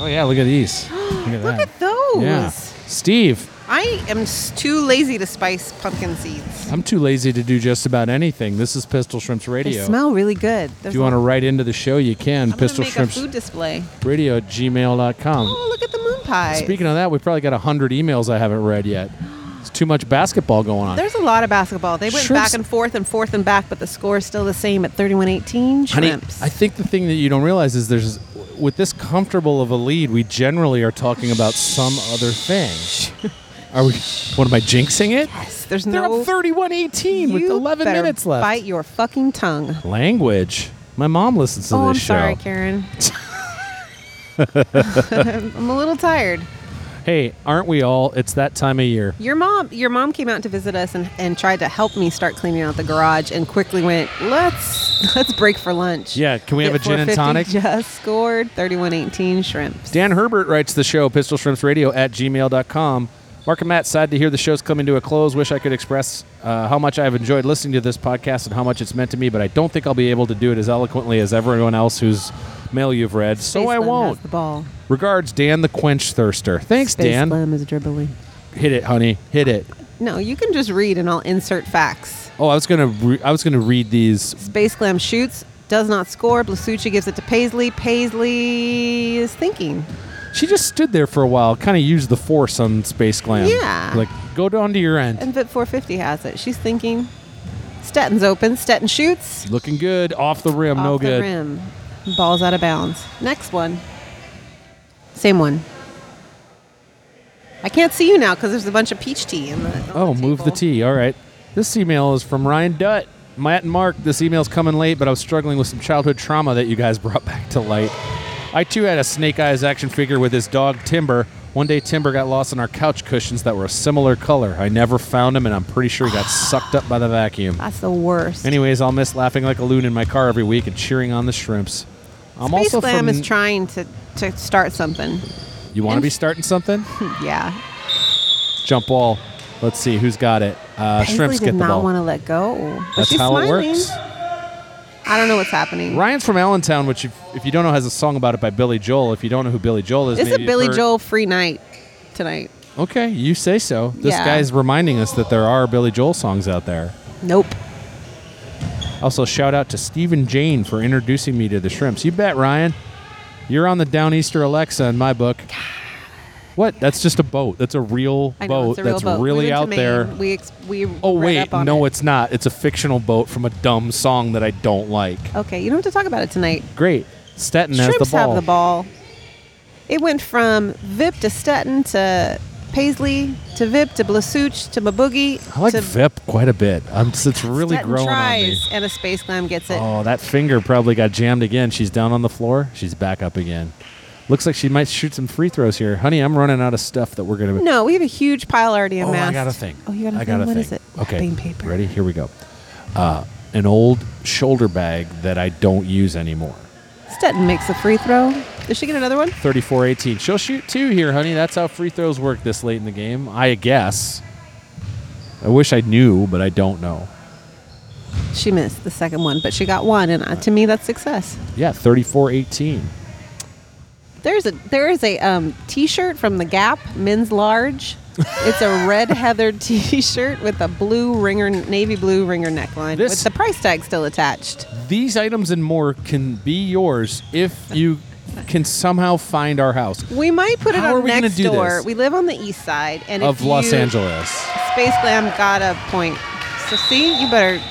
Speaker 1: Oh, yeah, look at
Speaker 2: <gasps>
Speaker 1: these. Look at
Speaker 2: Look
Speaker 1: that.
Speaker 2: at those.
Speaker 1: Yeah. Steve,
Speaker 2: I am s- too lazy to spice pumpkin seeds.
Speaker 1: I'm too lazy to do just about anything. This is Pistol Shrimps
Speaker 2: They
Speaker 1: Radio.
Speaker 2: smell really good.
Speaker 1: If you want to write into the show, you can.
Speaker 2: I'm
Speaker 1: Pistol
Speaker 2: gonna make
Speaker 1: Shrimps
Speaker 2: a food display.
Speaker 1: Radio at gmail.com.
Speaker 2: Oh, look at the moon pie.
Speaker 1: Speaking of that, we probably got 100 emails I haven't read yet. It's too much basketball going on.
Speaker 2: There's a lot of basketball. They went
Speaker 1: Shrimps-
Speaker 2: back and forth and forth and back, but the score is still the same at 31-18.
Speaker 1: Honey,
Speaker 2: Shrimps.
Speaker 1: I think the thing that you don't realize is there's, with this comfortable of a lead, we generally are talking about some other
Speaker 2: <laughs>
Speaker 1: thing. Are we? What am I jinxing it?
Speaker 2: yes, there's
Speaker 1: They're
Speaker 2: no.
Speaker 1: up 31-18 with
Speaker 2: you
Speaker 1: 11
Speaker 2: better
Speaker 1: minutes left.
Speaker 2: Bite your fucking tongue.
Speaker 1: Language. My mom listens to
Speaker 2: oh,
Speaker 1: this <laughs>
Speaker 2: <laughs>
Speaker 1: show.
Speaker 2: I'm sorry, Karen. I'm a little tired.
Speaker 1: Hey, aren't we all? It's that time of year.
Speaker 2: Your mom, your mom came out to visit us and, and tried to help me start cleaning out the garage, and quickly went, "Let's <laughs> let's break for lunch."
Speaker 1: Yeah, can we have
Speaker 2: Hit
Speaker 1: a gin and
Speaker 2: 450,
Speaker 1: tonic?
Speaker 2: <laughs> Just scored thirty-one eighteen shrimps.
Speaker 1: Dan Herbert writes the show, Pistol Shrimps Radio at gmail.com. Mark and Matt, sad to hear the show's coming to a close. Wish I could express uh, how much I have enjoyed listening to this podcast and how much it's meant to me, but I don't think I'll be able to do it as eloquently as everyone else whose mail you've read, so
Speaker 2: Space
Speaker 1: I
Speaker 2: Lim has
Speaker 1: won't.
Speaker 2: The ball.
Speaker 1: Regards, Dan the Quench Thirster. Thanks,
Speaker 2: Space
Speaker 1: Dan.
Speaker 2: Lim is dribbling.
Speaker 1: Hit it, honey. Hit it.
Speaker 2: No, you can just read, and I'll insert facts.
Speaker 1: Oh, I was gonna. Re- I was gonna read these.
Speaker 2: Space Glam shoots, does not score. Blasucci gives it to Paisley. Paisley is thinking.
Speaker 1: She just stood there for a while, kind of used the force on Space Glam.
Speaker 2: Yeah.
Speaker 1: Like, go down to your end.
Speaker 2: And Vit 450 has it. She's thinking. Stetton's open. Stetton shoots.
Speaker 1: Looking good off the rim. no
Speaker 2: off
Speaker 1: good.
Speaker 2: The rim. Ball's out of bounds. Next one. Same one. I can't see you now because there's a bunch of peach tea in the. on
Speaker 1: Oh,
Speaker 2: the
Speaker 1: move the
Speaker 2: table.
Speaker 1: T. All right. This email is from Ryan Dutt. Matt and Mark, this email's coming late, but I was struggling with some childhood trauma that you guys <laughs> brought back to light. I too had a Snake Eyes action figure with his dog Timber. One day Timber got lost in our couch cushions that were a similar color. I never found him, and I'm pretty sure he
Speaker 2: <sighs>
Speaker 1: got sucked up by the vacuum.
Speaker 2: That's the worst.
Speaker 1: Anyways, I'll miss laughing like a loon in my car every week and cheering on the shrimps. I'm
Speaker 2: Space
Speaker 1: also
Speaker 2: Slam
Speaker 1: from.
Speaker 2: is trying to, to start something.
Speaker 1: you want to be starting
Speaker 2: <laughs>
Speaker 1: something?
Speaker 2: yeah.
Speaker 1: Jump ball. Let's see who's got it. Uh,
Speaker 2: Paisley
Speaker 1: shrimps
Speaker 2: did
Speaker 1: get the
Speaker 2: not
Speaker 1: ball.
Speaker 2: want to let go. But
Speaker 1: That's
Speaker 2: she's
Speaker 1: how
Speaker 2: smiling.
Speaker 1: it works.
Speaker 2: I don't know what's happening.
Speaker 1: Ryan's from Allentown, which, if, if you don't know, has a song about it by Billy Joel. If you don't know who Billy Joel is,
Speaker 2: It's a
Speaker 1: maybe you've
Speaker 2: Billy
Speaker 1: heard-
Speaker 2: Joel free night tonight.
Speaker 1: Okay, you say so. This
Speaker 2: Yeah.
Speaker 1: guy's reminding us that there are Billy Joel songs out there.
Speaker 2: Nope.
Speaker 1: Also, shout out to Stephen Jane for introducing me to the Shrimps. You bet, Ryan. You're on the Downeaster Alexa in my book. What? That's just a boat. That's a real
Speaker 2: I know
Speaker 1: boat.
Speaker 2: it's a real
Speaker 1: that's
Speaker 2: boat. We
Speaker 1: really
Speaker 2: went to
Speaker 1: out there.
Speaker 2: Maine. We ex- we
Speaker 1: oh
Speaker 2: read
Speaker 1: wait,
Speaker 2: up on
Speaker 1: no,
Speaker 2: it.
Speaker 1: it's not. It's a fictional boat from a dumb song that I don't like.
Speaker 2: okay. You don't have to talk about it tonight.
Speaker 1: Great. Stetton has
Speaker 2: Shrimps
Speaker 1: the ball.
Speaker 2: have the ball. It went from Vip to Stetton to Paisley to Vip to Blasuch to Maboogie.
Speaker 1: I like
Speaker 2: to
Speaker 1: Vip quite a bit. I'm, it's really
Speaker 2: Stetton
Speaker 1: growing on me.
Speaker 2: tries, and a space glam gets it.
Speaker 1: Oh, that finger probably got jammed again. She's down on the floor. She's back up again. Looks like she might shoot some free throws here. Honey, I'm running out of stuff that we're going to.
Speaker 2: No, we have a huge pile already
Speaker 1: oh,
Speaker 2: amassed.
Speaker 1: I got a thing.
Speaker 2: Oh, you got a
Speaker 1: I
Speaker 2: thing.
Speaker 1: got a
Speaker 2: What
Speaker 1: thing.
Speaker 2: is it?
Speaker 1: Okay.
Speaker 2: Wrapping paper.
Speaker 1: Ready? Here we go. Uh, an old shoulder bag that I don't use anymore.
Speaker 2: Stetton makes a free throw. Does she get another one?
Speaker 1: 34 18. She'll shoot two here, honey. That's how free throws work this late in the game, I guess. I wish I knew, but I don't know.
Speaker 2: She missed the second one, but she got one, and uh, to me, that's success.
Speaker 1: Yeah, 34 18.
Speaker 2: There's a there is a um, t-shirt from the Gap, men's large. it's a red heathered <laughs> t-shirt with a blue ringer, navy blue ringer neckline,
Speaker 1: This-
Speaker 2: with the price tag still attached.
Speaker 1: These items and more can be yours if you can somehow find our house
Speaker 2: We might put
Speaker 1: How
Speaker 2: it
Speaker 1: are
Speaker 2: on
Speaker 1: we gonna
Speaker 2: next
Speaker 1: do
Speaker 2: door.
Speaker 1: this?
Speaker 2: We live on the east side, and
Speaker 1: of
Speaker 2: if
Speaker 1: Los
Speaker 2: you-
Speaker 1: Angeles.
Speaker 2: Space Glam got a point. So see, you better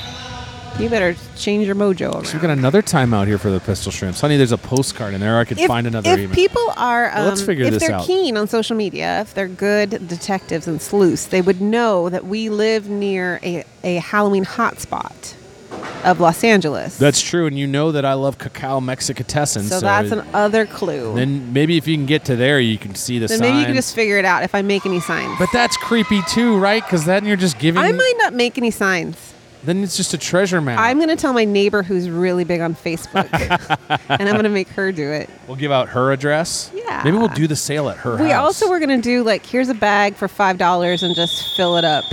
Speaker 2: you better change your mojo. Around.
Speaker 1: We've got another timeout here for the Pistol Shrimps. Honey, there's a postcard in there. I could
Speaker 2: if,
Speaker 1: find another
Speaker 2: if
Speaker 1: email.
Speaker 2: people are um,
Speaker 1: Well, let's figure
Speaker 2: if
Speaker 1: this
Speaker 2: they're
Speaker 1: out.
Speaker 2: keen on social media if they're good detectives and sleuths they would know that we live near a, a halloween hotspot of los angeles
Speaker 1: that's true, and you know that I love Cacao Mexicatessen.
Speaker 2: so, that's an other clue
Speaker 1: then maybe if you can get to there, you can see the
Speaker 2: Then
Speaker 1: sign.
Speaker 2: maybe you can just figure it out if i make any signs
Speaker 1: but that's creepy too, right? Because then Oh. you're just giving.
Speaker 2: i might not make any signs
Speaker 1: then it's just a treasure map.
Speaker 2: i'm going to tell my neighbor who's really big on
Speaker 1: <laughs>
Speaker 2: facebook and i'm going to make her do it
Speaker 1: we'll give out her address.
Speaker 2: Yeah.
Speaker 1: Maybe we'll do the sale at her house.
Speaker 2: we also were going to do like here's a bag for five dollars and just fill it up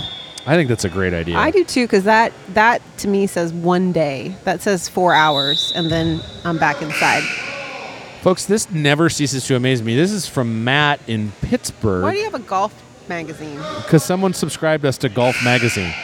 Speaker 1: I think that's a great idea.
Speaker 2: I do too, because that that to me says one day. That says four hours, and then I'm back inside.
Speaker 1: Folks, this never ceases to amaze me. This is from Matt in
Speaker 2: Why do
Speaker 1: Pittsburgh
Speaker 2: you have a golf magazine?
Speaker 1: because someone subscribed us to Golf Magazine.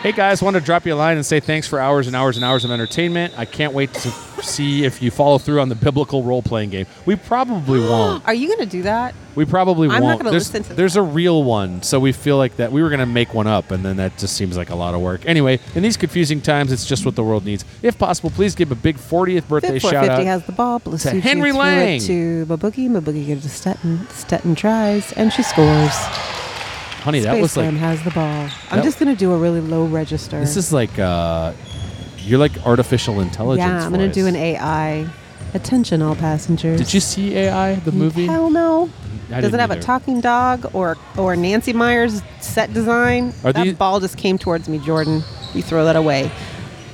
Speaker 1: Hey guys, want to drop you a line and say thanks for hours and hours and hours of entertainment. I can't wait to see if you follow through on the biblical role playing game. We
Speaker 2: <gasps>
Speaker 1: probably won't.
Speaker 2: <gasps> Are you going to do that?
Speaker 1: We probably
Speaker 2: I'm not
Speaker 1: won't.
Speaker 2: gonna
Speaker 1: there's
Speaker 2: listen to
Speaker 1: there's a real one, so we feel like that we were gonna make one up, and then that just seems like a lot of work. Anyway, in these confusing times, it's just what the world needs. If possible, please give a big 40th birthday
Speaker 2: Fit
Speaker 1: shout
Speaker 2: 450
Speaker 1: out.
Speaker 2: has the ball. Blasucci
Speaker 1: Henry
Speaker 2: threw it
Speaker 1: Lang.
Speaker 2: to Maboogie. Maboogie gives it to Stetton. Stetton tries, and she scores.
Speaker 1: Honey, that was
Speaker 2: Space Jam
Speaker 1: like
Speaker 2: has the ball. I'm
Speaker 1: that-
Speaker 2: just going to do a really low register.
Speaker 1: This is like uh, you're like artificial intelligence.
Speaker 2: yeah. I'm going to do an
Speaker 1: voice.
Speaker 2: AI. It's Attention, all passengers.
Speaker 1: Did you see AI, the movie?
Speaker 2: Hell no.
Speaker 1: I
Speaker 2: Does it
Speaker 1: didn't
Speaker 2: have a
Speaker 1: either.
Speaker 2: talking dog or or Nancy Myers set design?
Speaker 1: Are
Speaker 2: that
Speaker 1: these-
Speaker 2: ball just came towards me, Jordan. You throw that away.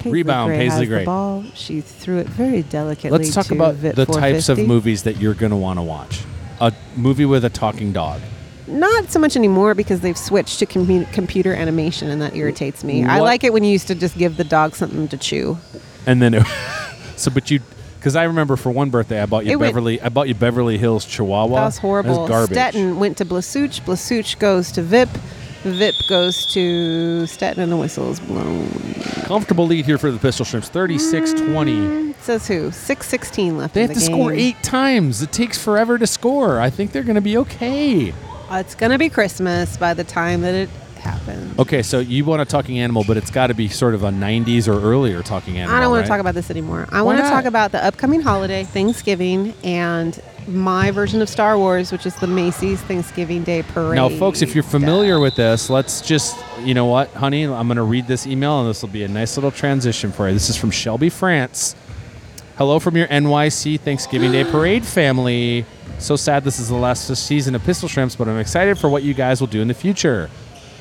Speaker 2: Paisley
Speaker 1: Rebound,
Speaker 2: Gray
Speaker 1: Paisley
Speaker 2: has
Speaker 1: Gray.
Speaker 2: The ball. She threw it very delicately.
Speaker 1: Let's talk
Speaker 2: to
Speaker 1: about
Speaker 2: Vit
Speaker 1: the types of
Speaker 2: 450.
Speaker 1: movies that you're going to want to watch. A movie with a talking dog.
Speaker 2: Not so much anymore because they've switched to commu- computer animation, and that irritates me. I
Speaker 1: What-
Speaker 2: like it when you used to just give the dog something to chew.
Speaker 1: And then it, <laughs> so but you cuz I remember for one birthday I bought you
Speaker 2: It went-
Speaker 1: Beverly I bought you Beverly Hills Chihuahua.
Speaker 2: That was horrible.
Speaker 1: That's garbage.
Speaker 2: Stetton went to Blasuch. Blasuch goes to Vip. Vip goes to Stetton, and the whistle is blown.
Speaker 1: Comfortable lead here for the Pistol Shrimps 36-20.
Speaker 2: Says who? Six sixteen left.
Speaker 1: They
Speaker 2: in
Speaker 1: have
Speaker 2: Mm. the
Speaker 1: to score
Speaker 2: game.
Speaker 1: 8 times. It takes forever to score. I think they're going to be okay.
Speaker 2: Uh, It's gonna be Christmas by the time that it happens.
Speaker 1: Okay, so you want a talking animal, but it's got to be sort of a 90s or earlier talking animal.
Speaker 2: I don't want
Speaker 1: right?
Speaker 2: to talk about this anymore. I want to
Speaker 1: not?
Speaker 2: talk about the upcoming holiday, Thanksgiving, and my version of Star Wars, which is the Macy's Thanksgiving Day Parade.
Speaker 1: Now, folks, if you're familiar with this, let's just, you know what, honey, I'm going to read this email and this will be a nice little transition for you. This is from Shelby France. Hello from your NYC Thanksgiving
Speaker 2: <gasps>
Speaker 1: Day Parade family. So sad this is the last season of Pistol Shrimps, but I'm excited for what you guys will do in the future.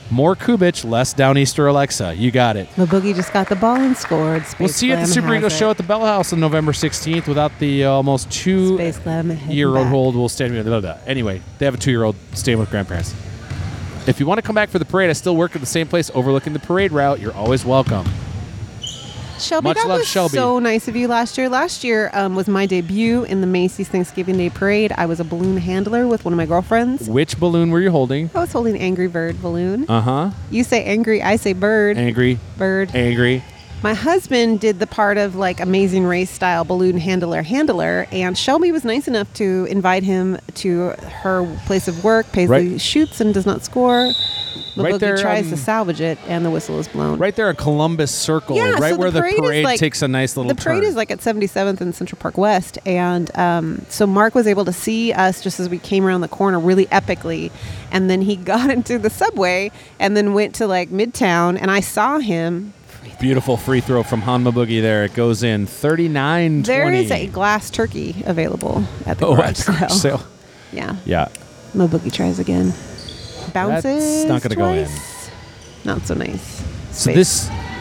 Speaker 1: More Kubich, less Downeaster Alexa. You got it.
Speaker 2: the boogie just got the ball and scored. Space
Speaker 1: We'll see you at the
Speaker 2: Glam
Speaker 1: Super
Speaker 2: has
Speaker 1: Eagle
Speaker 2: it.
Speaker 1: show at the Bell House on November 16th without the uh, almost two
Speaker 2: Space Glam ahead and
Speaker 1: year old
Speaker 2: back.
Speaker 1: old will stay with blah, blah. anyway they have a two year old staying with grandparents if you want to come back for the parade i still work at the same place overlooking the parade route you're always welcome
Speaker 2: Shelby,
Speaker 1: Much
Speaker 2: that
Speaker 1: love,
Speaker 2: was
Speaker 1: Shelby.
Speaker 2: so nice of you last year. Last year um, was my debut in the Macy's Thanksgiving Day Parade. I was a balloon handler with one of my girlfriends.
Speaker 1: which balloon were you holding
Speaker 2: I was holding an Angry Bird balloon.
Speaker 1: uh-huh
Speaker 2: you say angry, I say bird.
Speaker 1: angry
Speaker 2: bird.
Speaker 1: angry
Speaker 2: My husband did the part of like Amazing Race style balloon handler handler, and Shelby was nice enough to invite him to her place of work. Paisley
Speaker 1: Right.
Speaker 2: shoots and does not score. The
Speaker 1: Right
Speaker 2: boogie
Speaker 1: there,
Speaker 2: tries
Speaker 1: um,
Speaker 2: to salvage it, and the whistle is blown.
Speaker 1: right there at columbus circle
Speaker 2: Yeah,
Speaker 1: right
Speaker 2: so
Speaker 1: where the
Speaker 2: is,
Speaker 1: parade
Speaker 2: like-
Speaker 1: takes a nice little
Speaker 2: The parade
Speaker 1: turn.
Speaker 2: is like at 77th and Central Park West, and um, so Mark was able to see us just as we came around the corner, really epically, and then he <laughs> got into the subway and then went to like Midtown, and I saw him
Speaker 1: beautiful free throw from hanma boogie there it goes in 39
Speaker 2: There is a glass turkey available at the
Speaker 1: oh
Speaker 2: garage
Speaker 1: at the garage
Speaker 2: sale.
Speaker 1: sale
Speaker 2: <laughs> Yeah.
Speaker 1: yeah
Speaker 2: My boogie tries again. Bounces.
Speaker 1: not gonna go in.
Speaker 2: twice. Not so nice.
Speaker 1: so
Speaker 2: Space.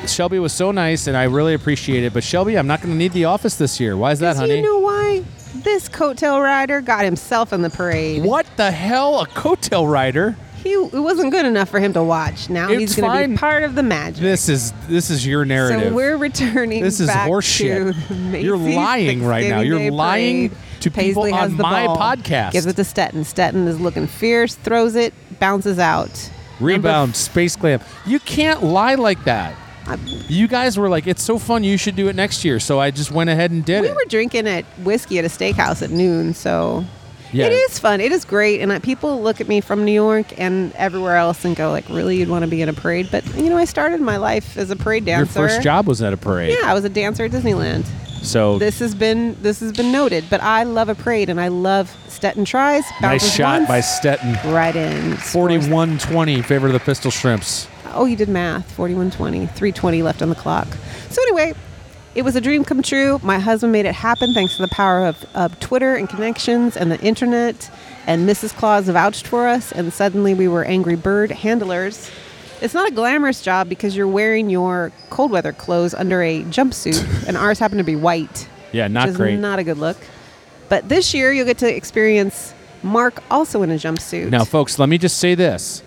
Speaker 1: this shelby was so nice and i really appreciate it but shelby i'm not going to need the office this year why is that
Speaker 2: Do
Speaker 1: honey
Speaker 2: you know why? This coattail rider got himself in the parade.
Speaker 1: What the hell? A coattail rider?
Speaker 2: He it wasn't good enough for him to watch. Now
Speaker 1: It's
Speaker 2: he's going to
Speaker 1: fine.
Speaker 2: be part of the magic.
Speaker 1: This is this is your narrative.
Speaker 2: So we're returning.
Speaker 1: this is
Speaker 2: back
Speaker 1: horseshit.
Speaker 2: To the <laughs> Macy's
Speaker 1: You're lying right now.
Speaker 2: Thanksgiving
Speaker 1: You're
Speaker 2: Day
Speaker 1: lying
Speaker 2: Parade.
Speaker 1: to people
Speaker 2: Paisley has
Speaker 1: on
Speaker 2: the
Speaker 1: my
Speaker 2: ball,
Speaker 1: podcast.
Speaker 2: Gives it to Stetton. Stetton is looking fierce. Throws it. Bounces out.
Speaker 1: Rebound, space clam. You can't lie like that. You guys were like, "It's so fun. You should do it next year." So I just went ahead and did
Speaker 2: We
Speaker 1: it.
Speaker 2: were drinking at whiskey at a steakhouse at noon, so
Speaker 1: Yeah.
Speaker 2: it is fun. It is great, and uh, people look at me from New York and everywhere else and go like, "Really, you'd want to be in a parade?" But you know, I started my life as a parade dancer.
Speaker 1: Your first job was at a parade.
Speaker 2: Yeah, I was a dancer at Disneyland.
Speaker 1: So
Speaker 2: This has been this has been noted, but I love a parade and I love Stetton tries.
Speaker 1: nice
Speaker 2: bounces
Speaker 1: shot
Speaker 2: once,
Speaker 1: by Stetton.
Speaker 2: right in scores-
Speaker 1: 41-20 in favor of the Pistol Shrimps.
Speaker 2: Oh, you did math. 4120, 320 left on the clock. So, anyway, it was a dream come true. My husband made it happen thanks to the power of, of Twitter and connections and the internet. And Mrs. Claus vouched for us, and suddenly we were Angry Bird handlers. It's not a glamorous job because you're wearing your cold weather clothes under
Speaker 1: <laughs>
Speaker 2: a jumpsuit, and ours happened to be white.
Speaker 1: Yeah, not
Speaker 2: which is
Speaker 1: great.
Speaker 2: Not a good look. But this year, you'll get to experience Mark also in a jumpsuit.
Speaker 1: Now, folks, let me just say this.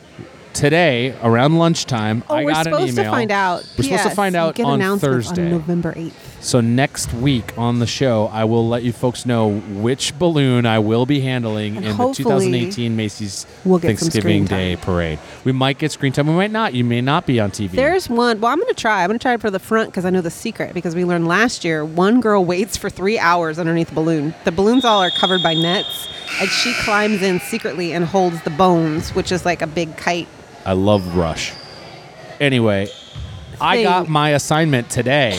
Speaker 1: Today, around lunchtime,
Speaker 2: Oh,
Speaker 1: I
Speaker 2: we're
Speaker 1: got an
Speaker 2: supposed
Speaker 1: email.
Speaker 2: to find out.
Speaker 1: We're supposed to
Speaker 2: PS,
Speaker 1: find
Speaker 2: you
Speaker 1: out
Speaker 2: get
Speaker 1: on
Speaker 2: announcements
Speaker 1: Thursday.
Speaker 2: On November 8th.
Speaker 1: So next week on the show, I will let you folks know which balloon I will be handling
Speaker 2: And
Speaker 1: in the
Speaker 2: hopefully
Speaker 1: 2018 Macy's
Speaker 2: we'll get some
Speaker 1: Thanksgiving
Speaker 2: screen
Speaker 1: Day Parade. We might get screen time. We might not. You may not be on TV.
Speaker 2: There's one. Well, I'm going to try. I'm going to try it for the front because I know the secret because we learned last year one girl waits for three hours underneath the balloon. The balloons all are covered by nets, and she climbs in secretly and holds the bones, which is like a big kite.
Speaker 1: I love Rush. Anyway, I
Speaker 2: Thing.
Speaker 1: got my assignment today,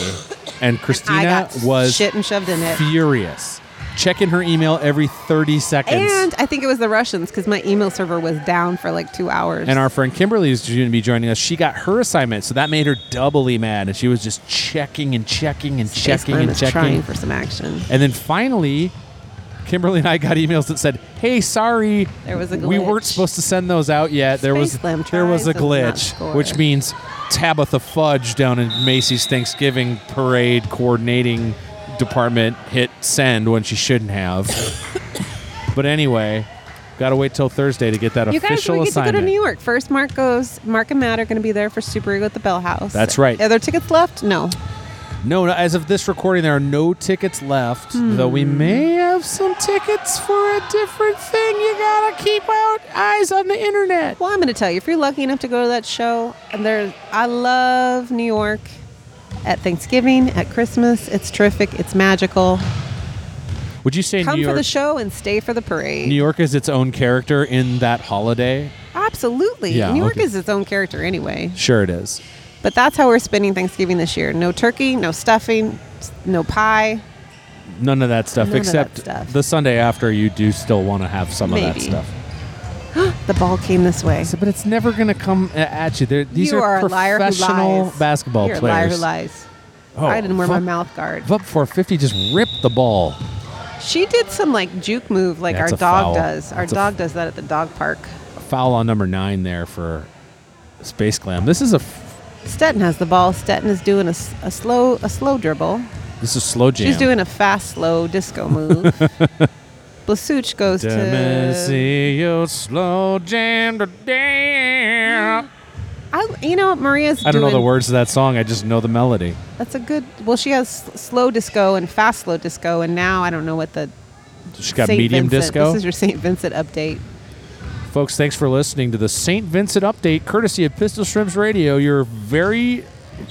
Speaker 1: and Christina
Speaker 2: <laughs> I got
Speaker 1: was
Speaker 2: shit and shoved in it.
Speaker 1: furious. checking her email every 30 seconds.
Speaker 2: And I think it was the Russians because my email server was down for like two hours.
Speaker 1: And our friend Kimberly is going to be joining us. She got her assignment, so that made her doubly mad. And she was just checking and checking and
Speaker 2: Space
Speaker 1: checking
Speaker 2: Prime
Speaker 1: and
Speaker 2: is trying
Speaker 1: checking.
Speaker 2: for some action.
Speaker 1: And then finally, Kimberly and I got emails that said, "Hey, sorry,
Speaker 2: There was a
Speaker 1: we weren't
Speaker 2: glitch."
Speaker 1: supposed to send those out yet. There was
Speaker 2: Space Slam
Speaker 1: there was a
Speaker 2: tries and not
Speaker 1: glitch,
Speaker 2: score.
Speaker 1: which means Tabitha Fudge down in Macy's Thanksgiving parade coordinating department hit send when she shouldn't
Speaker 2: <laughs>
Speaker 1: have. but anyway, got to wait till Thursday to get that
Speaker 2: You guys,
Speaker 1: official
Speaker 2: we get to go
Speaker 1: assignment.
Speaker 2: to New York first. Mark goes. Mark and Matt are going to be there for Super Ego at the Bell House.
Speaker 1: That's right.
Speaker 2: Are there tickets left? No.
Speaker 1: No, no, as of this recording, there are no tickets left, though we
Speaker 2: Hmm.
Speaker 1: may have some tickets for a different thing. You gotta keep out eyes on the internet.
Speaker 2: Well, I'm going to tell you, if you're lucky enough to go to that show, and there, I love New York at Thanksgiving, at Christmas. It's terrific. It's magical.
Speaker 1: Would you say
Speaker 2: Come
Speaker 1: New
Speaker 2: for
Speaker 1: York?
Speaker 2: the show and stay for the parade.
Speaker 1: New York is its own character in that holiday.
Speaker 2: Absolutely.
Speaker 1: Yeah,
Speaker 2: New York
Speaker 1: okay.
Speaker 2: is its own character anyway.
Speaker 1: Sure, it is.
Speaker 2: But that's how we're spending Thanksgiving this year. No turkey, no stuffing, s- no pie. <gasps>
Speaker 1: None of that stuff,
Speaker 2: None of that
Speaker 1: except
Speaker 2: stuff.
Speaker 1: the Sunday after. You do still want to have some of that
Speaker 2: Maybe.
Speaker 1: stuff,
Speaker 2: The ball came this way.
Speaker 1: So- but it's never gonna come a- at you. They're, these
Speaker 2: you are, a liar who
Speaker 1: professional
Speaker 2: lies.
Speaker 1: basketball
Speaker 2: You're
Speaker 1: players. Oh,
Speaker 2: a liar who lies. I didn't wear my mouth guard.
Speaker 1: Up 450 just ripped the ball.
Speaker 2: She did some like juke move, like
Speaker 1: Yeah,
Speaker 2: our
Speaker 1: it's a
Speaker 2: dog
Speaker 1: foul.
Speaker 2: does. Our
Speaker 1: It's a
Speaker 2: dog
Speaker 1: f-
Speaker 2: does that at the dog park.
Speaker 1: foul on number nine there for Space Glam. This is a f-
Speaker 2: Stetton has the ball. Stetton is doing a, s- a slow a slow dribble.
Speaker 1: this is slow jam.
Speaker 2: She's doing a fast slow disco
Speaker 1: <laughs>
Speaker 2: move. Blasuch goes to.
Speaker 1: Demosio slow jam today.
Speaker 2: I, you know what Maria's.
Speaker 1: I don't know the
Speaker 2: doing-
Speaker 1: words of that song. I just know the melody.
Speaker 2: That's a good. Well, she has s- slow disco and fast slow disco, and now I don't know what the.
Speaker 1: She's got
Speaker 2: Saint
Speaker 1: medium
Speaker 2: Vincent-
Speaker 1: disco.
Speaker 2: This is your Saint Vincent update.
Speaker 1: Folks, thanks for listening to the St. Vincent update, courtesy of Pistol Shrimps Radio, your very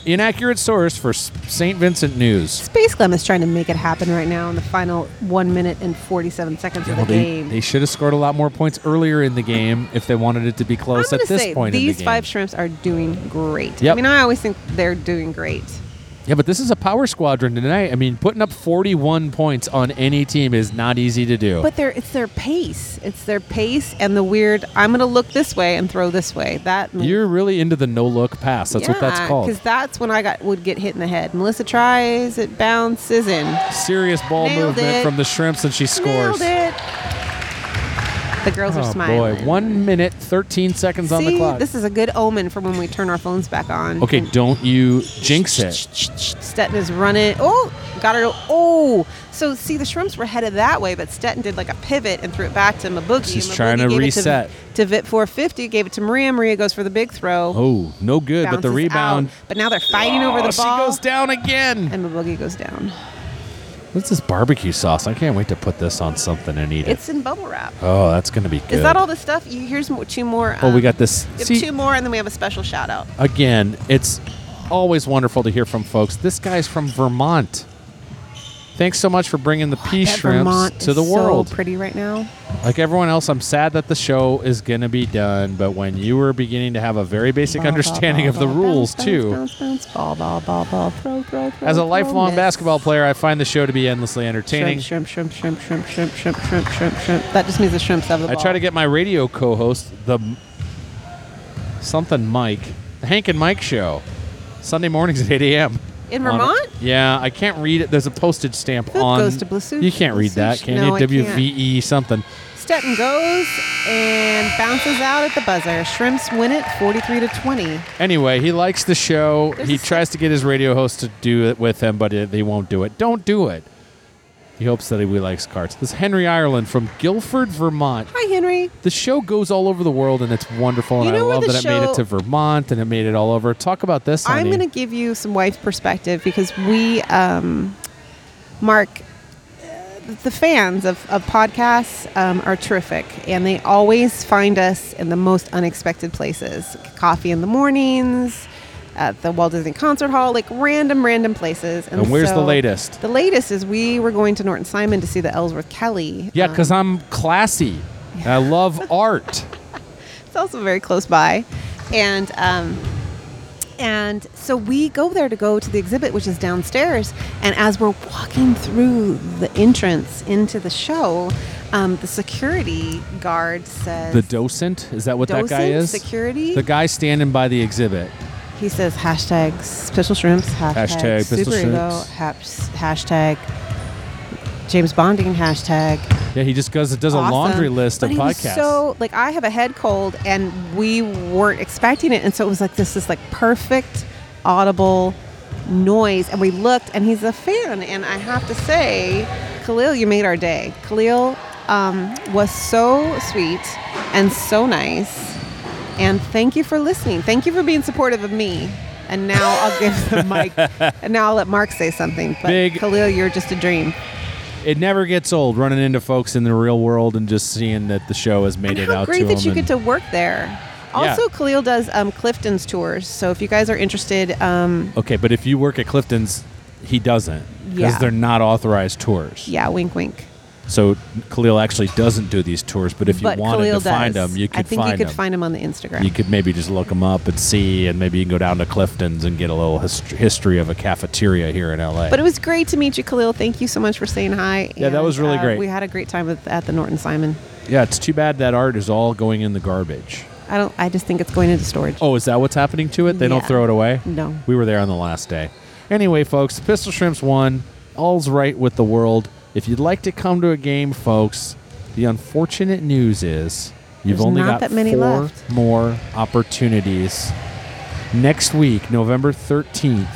Speaker 1: inaccurate source for S- St. Vincent news.
Speaker 2: Space Glam is trying to make it happen right now in the final one minute and forty-seven seconds of the
Speaker 1: they,
Speaker 2: game.
Speaker 1: they should have scored a lot more points earlier in the game if they wanted it to be
Speaker 2: I'm
Speaker 1: close
Speaker 2: gonna
Speaker 1: at this
Speaker 2: say
Speaker 1: point in the
Speaker 2: these
Speaker 1: game.
Speaker 2: five shrimps are doing great. I
Speaker 1: Yep.
Speaker 2: mean, I always think they're doing great.
Speaker 1: Yeah, but this is a power squadron tonight. I mean, putting up 41 points on any team is not easy to do.
Speaker 2: But they're, it's their pace. It's their pace and the weird. I'm going to look this way and throw this way. That
Speaker 1: You're really into the no look pass. That's what that's
Speaker 2: Because
Speaker 1: called.
Speaker 2: that's when I got would get hit in the head. Melissa tries, it bounces in.
Speaker 1: Serious ball
Speaker 2: Nailed
Speaker 1: movement
Speaker 2: it.
Speaker 1: from the shrimps, and she scores.
Speaker 2: Nailed it. The girls are
Speaker 1: Oh
Speaker 2: smiling.
Speaker 1: boy! One minute, 13 seconds
Speaker 2: See,
Speaker 1: on the clock.
Speaker 2: this is a good omen for when we turn our phones back on.
Speaker 1: okay, don't you jinx it.
Speaker 2: Stetton is running. Oh, got her. Oh, so see, the shrimps were headed that way, but Stetton did like a pivot and threw it back to Mabugi.
Speaker 1: She's
Speaker 2: Mabugi
Speaker 1: trying to
Speaker 2: gave it
Speaker 1: reset.
Speaker 2: To, Vit 450, gave it to Maria. Maria goes for the big throw.
Speaker 1: Oh, no good. But the
Speaker 2: bounces
Speaker 1: rebound.
Speaker 2: out, but now they're fighting over
Speaker 1: Oh,
Speaker 2: the
Speaker 1: she
Speaker 2: ball.
Speaker 1: goes down again.
Speaker 2: And Mabugi goes down.
Speaker 1: What's this barbecue sauce? I can't wait to put this on something and eat
Speaker 2: It's
Speaker 1: it.
Speaker 2: in bubble wrap.
Speaker 1: Oh, that's gonna be good.
Speaker 2: Is that all the stuff? You, here's mo- two more.
Speaker 1: Oh, we
Speaker 2: um,
Speaker 1: got this.
Speaker 2: we have
Speaker 1: See,
Speaker 2: two more, and then we have a special shout out.
Speaker 1: again, it's always wonderful to hear from folks. This guy's from Vermont. Thanks so much for bringing the pea
Speaker 2: That
Speaker 1: shrimps
Speaker 2: Vermont
Speaker 1: to
Speaker 2: is
Speaker 1: the world.
Speaker 2: So pretty right now.
Speaker 1: like everyone else, I'm sad that the show is going to be done, but when you were beginning to have a very basic
Speaker 2: Ball,
Speaker 1: understanding
Speaker 2: ball,
Speaker 1: of the
Speaker 2: ball,
Speaker 1: rules,
Speaker 2: bounce,
Speaker 1: too,
Speaker 2: Bounce, bounce, bounce, ball, ball, ball, ball, throw, throw, throw.
Speaker 1: as a
Speaker 2: throw,
Speaker 1: lifelong
Speaker 2: miss.
Speaker 1: basketball player, I find the show to be endlessly entertaining.
Speaker 2: Shrimp, shrimp, shrimp, shrimp, shrimp, shrimp, shrimp, shrimp, shrimp, shrimp. That just means the shrimps have the
Speaker 1: I
Speaker 2: ball.
Speaker 1: try to get my radio co-host the m- something Mike, the Hank and Mike show, Sunday mornings at 8 a.m.
Speaker 2: In
Speaker 1: On-
Speaker 2: Vermont?
Speaker 1: yeah, I can't read it. There's a postage stamp
Speaker 2: That
Speaker 1: on.
Speaker 2: goes to Blasucci-
Speaker 1: You can't read that,
Speaker 2: Blasucci-
Speaker 1: can
Speaker 2: no, I
Speaker 1: you?
Speaker 2: can't.
Speaker 1: WVE something.
Speaker 2: Stetton goes and bounces out at the buzzer. Shrimps win it, 43 to 20.
Speaker 1: Anyway, he likes the show.
Speaker 2: There's
Speaker 1: he
Speaker 2: a-
Speaker 1: tries to get his radio host to do it with him, but it, they won't do it. Don't do it. He hopes that he likes carts. This is Henry Ireland from Guilford, Vermont.
Speaker 2: Hi, Henry.
Speaker 1: The show goes all over the world, and it's wonderful. And
Speaker 2: You know
Speaker 1: I
Speaker 2: where
Speaker 1: love
Speaker 2: the
Speaker 1: that it made it
Speaker 2: show-
Speaker 1: to Vermont and it made it all over. Talk about this.
Speaker 2: I'm
Speaker 1: honey.
Speaker 2: going to give you some wife's perspective because we, um, Mark, uh, the fans of, of podcasts um, are terrific and they always find us in the most unexpected places coffee in the mornings, at the Walt Disney Concert Hall, like random, random places.
Speaker 1: And where's the latest?
Speaker 2: The latest is we were going to Norton Simon to see the Ellsworth Kelly.
Speaker 1: Yeah,
Speaker 2: um,
Speaker 1: because I'm classy. And I
Speaker 2: <laughs>
Speaker 1: love art.
Speaker 2: It's also very close by. And um, And so we go there to go to the exhibit, which is downstairs. And as we're walking through the entrance into the show, um, the security guard says,
Speaker 1: The docent is that what that guy
Speaker 2: Docent?
Speaker 1: is?
Speaker 2: Security?
Speaker 1: The guy standing by the exhibit.
Speaker 2: he says, hashtag pistol shrimps, hashtag,
Speaker 1: Hashtag pistol
Speaker 2: super ego,
Speaker 1: shrimps.
Speaker 2: haps- hashtag James Bonding, hashtag
Speaker 1: Yeah, he just goes does a
Speaker 2: awesome.
Speaker 1: laundry list
Speaker 2: But
Speaker 1: of
Speaker 2: he was
Speaker 1: podcasts.
Speaker 2: So like I have a head cold and we weren't expecting it, and so it was like this is like perfect audible noise, and we looked, and he's a fan, and I have to say, Khalil, you made our day. Khalil um, was so sweet and so nice, and thank you for listening. Thank you for being supportive of me. And now I'll give the
Speaker 1: <laughs>
Speaker 2: mic, and now I'll let Mark say something. But
Speaker 1: Big-
Speaker 2: Khalil, you're just a dream.
Speaker 1: it never gets old running into folks in the real world and just seeing that the show has made
Speaker 2: And
Speaker 1: it
Speaker 2: how
Speaker 1: out
Speaker 2: great
Speaker 1: to
Speaker 2: that you
Speaker 1: them.
Speaker 2: get to work there.
Speaker 1: Yeah.
Speaker 2: Also, Khalil does um, Clifton's tours. So if you guys are interested, um,
Speaker 1: okay, but if you work at Clifton's, he doesn't because
Speaker 2: Yeah.
Speaker 1: they're not authorized tours.
Speaker 2: yeah, wink, wink.
Speaker 1: So Khalil actually doesn't do these tours. But if you
Speaker 2: but
Speaker 1: wanted
Speaker 2: Khalil
Speaker 1: to
Speaker 2: does.
Speaker 1: find them, you could
Speaker 2: I think
Speaker 1: find
Speaker 2: you could
Speaker 1: them.
Speaker 2: find him on the Instagram.
Speaker 1: you could maybe just look them up and see, and maybe you can go down to Clifton's and get a little hist- history of a cafeteria here in LA.
Speaker 2: but it was great to meet you, Khalil. Thank you so much for saying hi.
Speaker 1: Yeah, that
Speaker 2: And,
Speaker 1: was really
Speaker 2: uh,
Speaker 1: great.
Speaker 2: We had a great time with, at the Norton Simon.
Speaker 1: yeah, it's too bad that art is all going in the garbage.
Speaker 2: I don't. I just think it's going into storage.
Speaker 1: Oh, is that what's happening to it? They don't
Speaker 2: Yeah.
Speaker 1: throw it away?
Speaker 2: No.
Speaker 1: We were there on the last day. Anyway, folks, Pistol Shrimps won. All's right with the world. If you'd like to come to a game, folks, the unfortunate news is you've
Speaker 2: There's
Speaker 1: only got
Speaker 2: not that many
Speaker 1: four
Speaker 2: left.
Speaker 1: more opportunities. Next week, November 13th,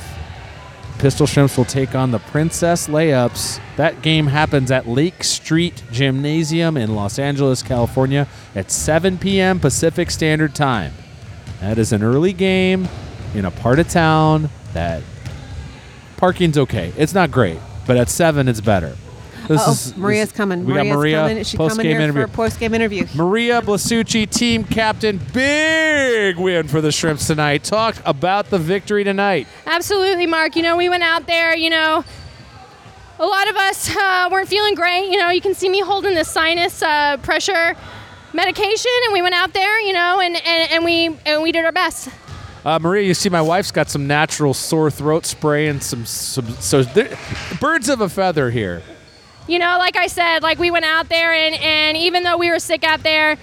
Speaker 1: Pistol Shrimps will take on the Princess Layups. That game happens at Lake Street Gymnasium in Los Angeles, California at 7 p.m. Pacific Standard Time. That is an early game in a part of town that parking's okay. It's not great, but at 7 it's better. This
Speaker 2: Uh-oh,
Speaker 1: is-
Speaker 2: Oh, Maria's
Speaker 1: this-
Speaker 2: coming.
Speaker 1: We
Speaker 2: Maria's
Speaker 1: got Maria
Speaker 2: coming. She's
Speaker 1: post-game
Speaker 2: coming here
Speaker 1: interview.
Speaker 2: for a post-game interview.
Speaker 1: Maria Blasucci, team captain, big win for the Shrimps tonight. Talk about the victory tonight.
Speaker 3: Absolutely, Mark. You know, we went out there, you know, a lot of us uh, weren't feeling great. You know, you can see me holding the sinus uh, pressure medication, and we went out there, you know, and, and, and we and we did our best.
Speaker 1: Uh, Maria, you see, my wife's got some natural sore throat spray and some. some so, there, birds of a feather here.
Speaker 3: You know, like I said, like we went out there, and, and even though we were sick out there,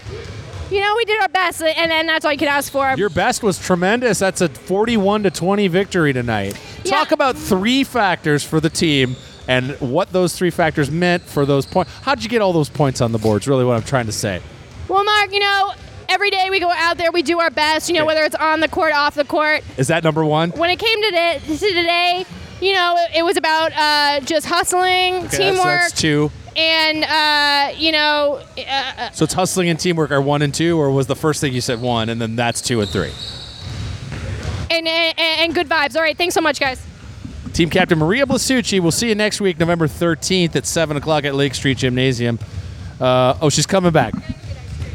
Speaker 3: you know, we did our best, and then that's all you could ask for.
Speaker 1: Your best was tremendous. That's a 41 to 20 victory tonight.
Speaker 3: Yeah.
Speaker 1: Talk about three factors for the team and what those three factors meant for those points. How'd you get all those points on the boards? Really, what I'm trying to say.
Speaker 3: well, Mark, you know, every day we go out there, we do our best. You know,
Speaker 1: Okay.
Speaker 3: whether it's on the court, off the court.
Speaker 1: Is that number one?
Speaker 3: when it came to, the, to today, you know, it, it was about uh, just hustling,
Speaker 1: Okay, that's-
Speaker 3: teamwork,
Speaker 1: That's, two.
Speaker 3: and uh, you know, uh, uh,
Speaker 1: So it's hustling and teamwork are one and two, or was the first thing you said one, and then that's two and three?
Speaker 3: and, and and good vibes. All right, thanks so much, guys.
Speaker 1: Team Captain Maria Blasucci. We'll see you next week, November 13th at 7 o'clock at Lake Street Gymnasium. Uh, oh, she's coming back.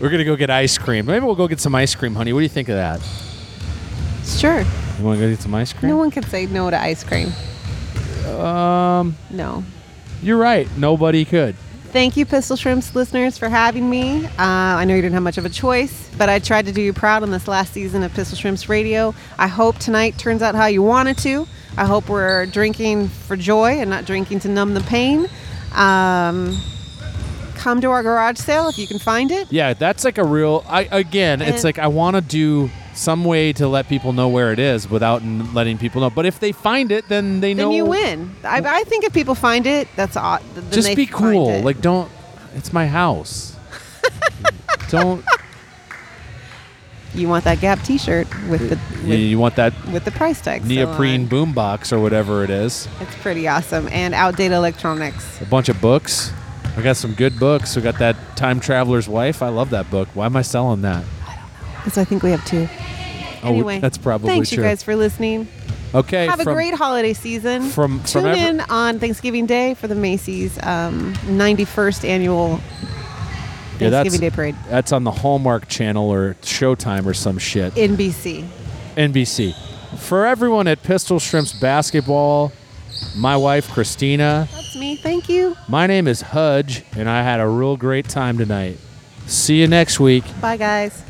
Speaker 1: We're going to go get ice cream. Maybe we'll go get some ice cream, honey. What do you think of that?
Speaker 2: Sure.
Speaker 1: You want to go get some ice cream?
Speaker 2: No one can say no to ice cream. Um. No.
Speaker 1: You're right. Nobody could.
Speaker 2: Thank you, Pistol Shrimps listeners, for having me. Uh, I know you didn't have much of a choice, but I tried to do you proud on this last season of Pistol Shrimps Radio. I hope tonight turns out how you wanted to. I hope we're drinking for joy and not drinking to numb the pain. Um, come to our garage sale if you can find it.
Speaker 1: Yeah, that's like a real. I again, it's
Speaker 2: And-
Speaker 1: like I want to do some way to let people know where it is without n- letting people know. But if they find it, then they know.
Speaker 2: Then you win. I, I think if people find it, that's aw- th- then
Speaker 1: Just
Speaker 2: they
Speaker 1: be
Speaker 2: find
Speaker 1: cool.
Speaker 2: it.
Speaker 1: Like don't. It's my
Speaker 2: <laughs>
Speaker 1: house. don't.
Speaker 2: you want that Gap T-shirt with the
Speaker 1: You,
Speaker 2: with,
Speaker 1: you want that
Speaker 2: with the price tag. still
Speaker 1: neoprene
Speaker 2: on.
Speaker 1: boombox or whatever it is?
Speaker 2: It's pretty awesome and outdated electronics.
Speaker 1: A bunch of books. I got some good books. We got that Time Traveler's Wife. I love that book. Why am I selling that?
Speaker 2: Because I think we have two.
Speaker 1: Oh,
Speaker 2: anyway,
Speaker 1: that's probably
Speaker 2: thanks
Speaker 1: true.
Speaker 2: you guys for listening.
Speaker 1: Okay.
Speaker 2: Have a
Speaker 1: from-
Speaker 2: great holiday season.
Speaker 1: from-
Speaker 2: tune
Speaker 1: from every-
Speaker 2: in on Thanksgiving Day for the Macy's um, 91st annual
Speaker 1: Yeah, that's-
Speaker 2: Thanksgiving Day Parade.
Speaker 1: That's on the Hallmark Channel or Showtime or some shit.
Speaker 2: NBC.
Speaker 1: NBC. For everyone at Pistol Shrimps Basketball, my wife Christina,
Speaker 2: That's me. Thank you.
Speaker 1: my name is Hudge, and I had a real great time tonight. See you next week.
Speaker 2: Bye, guys.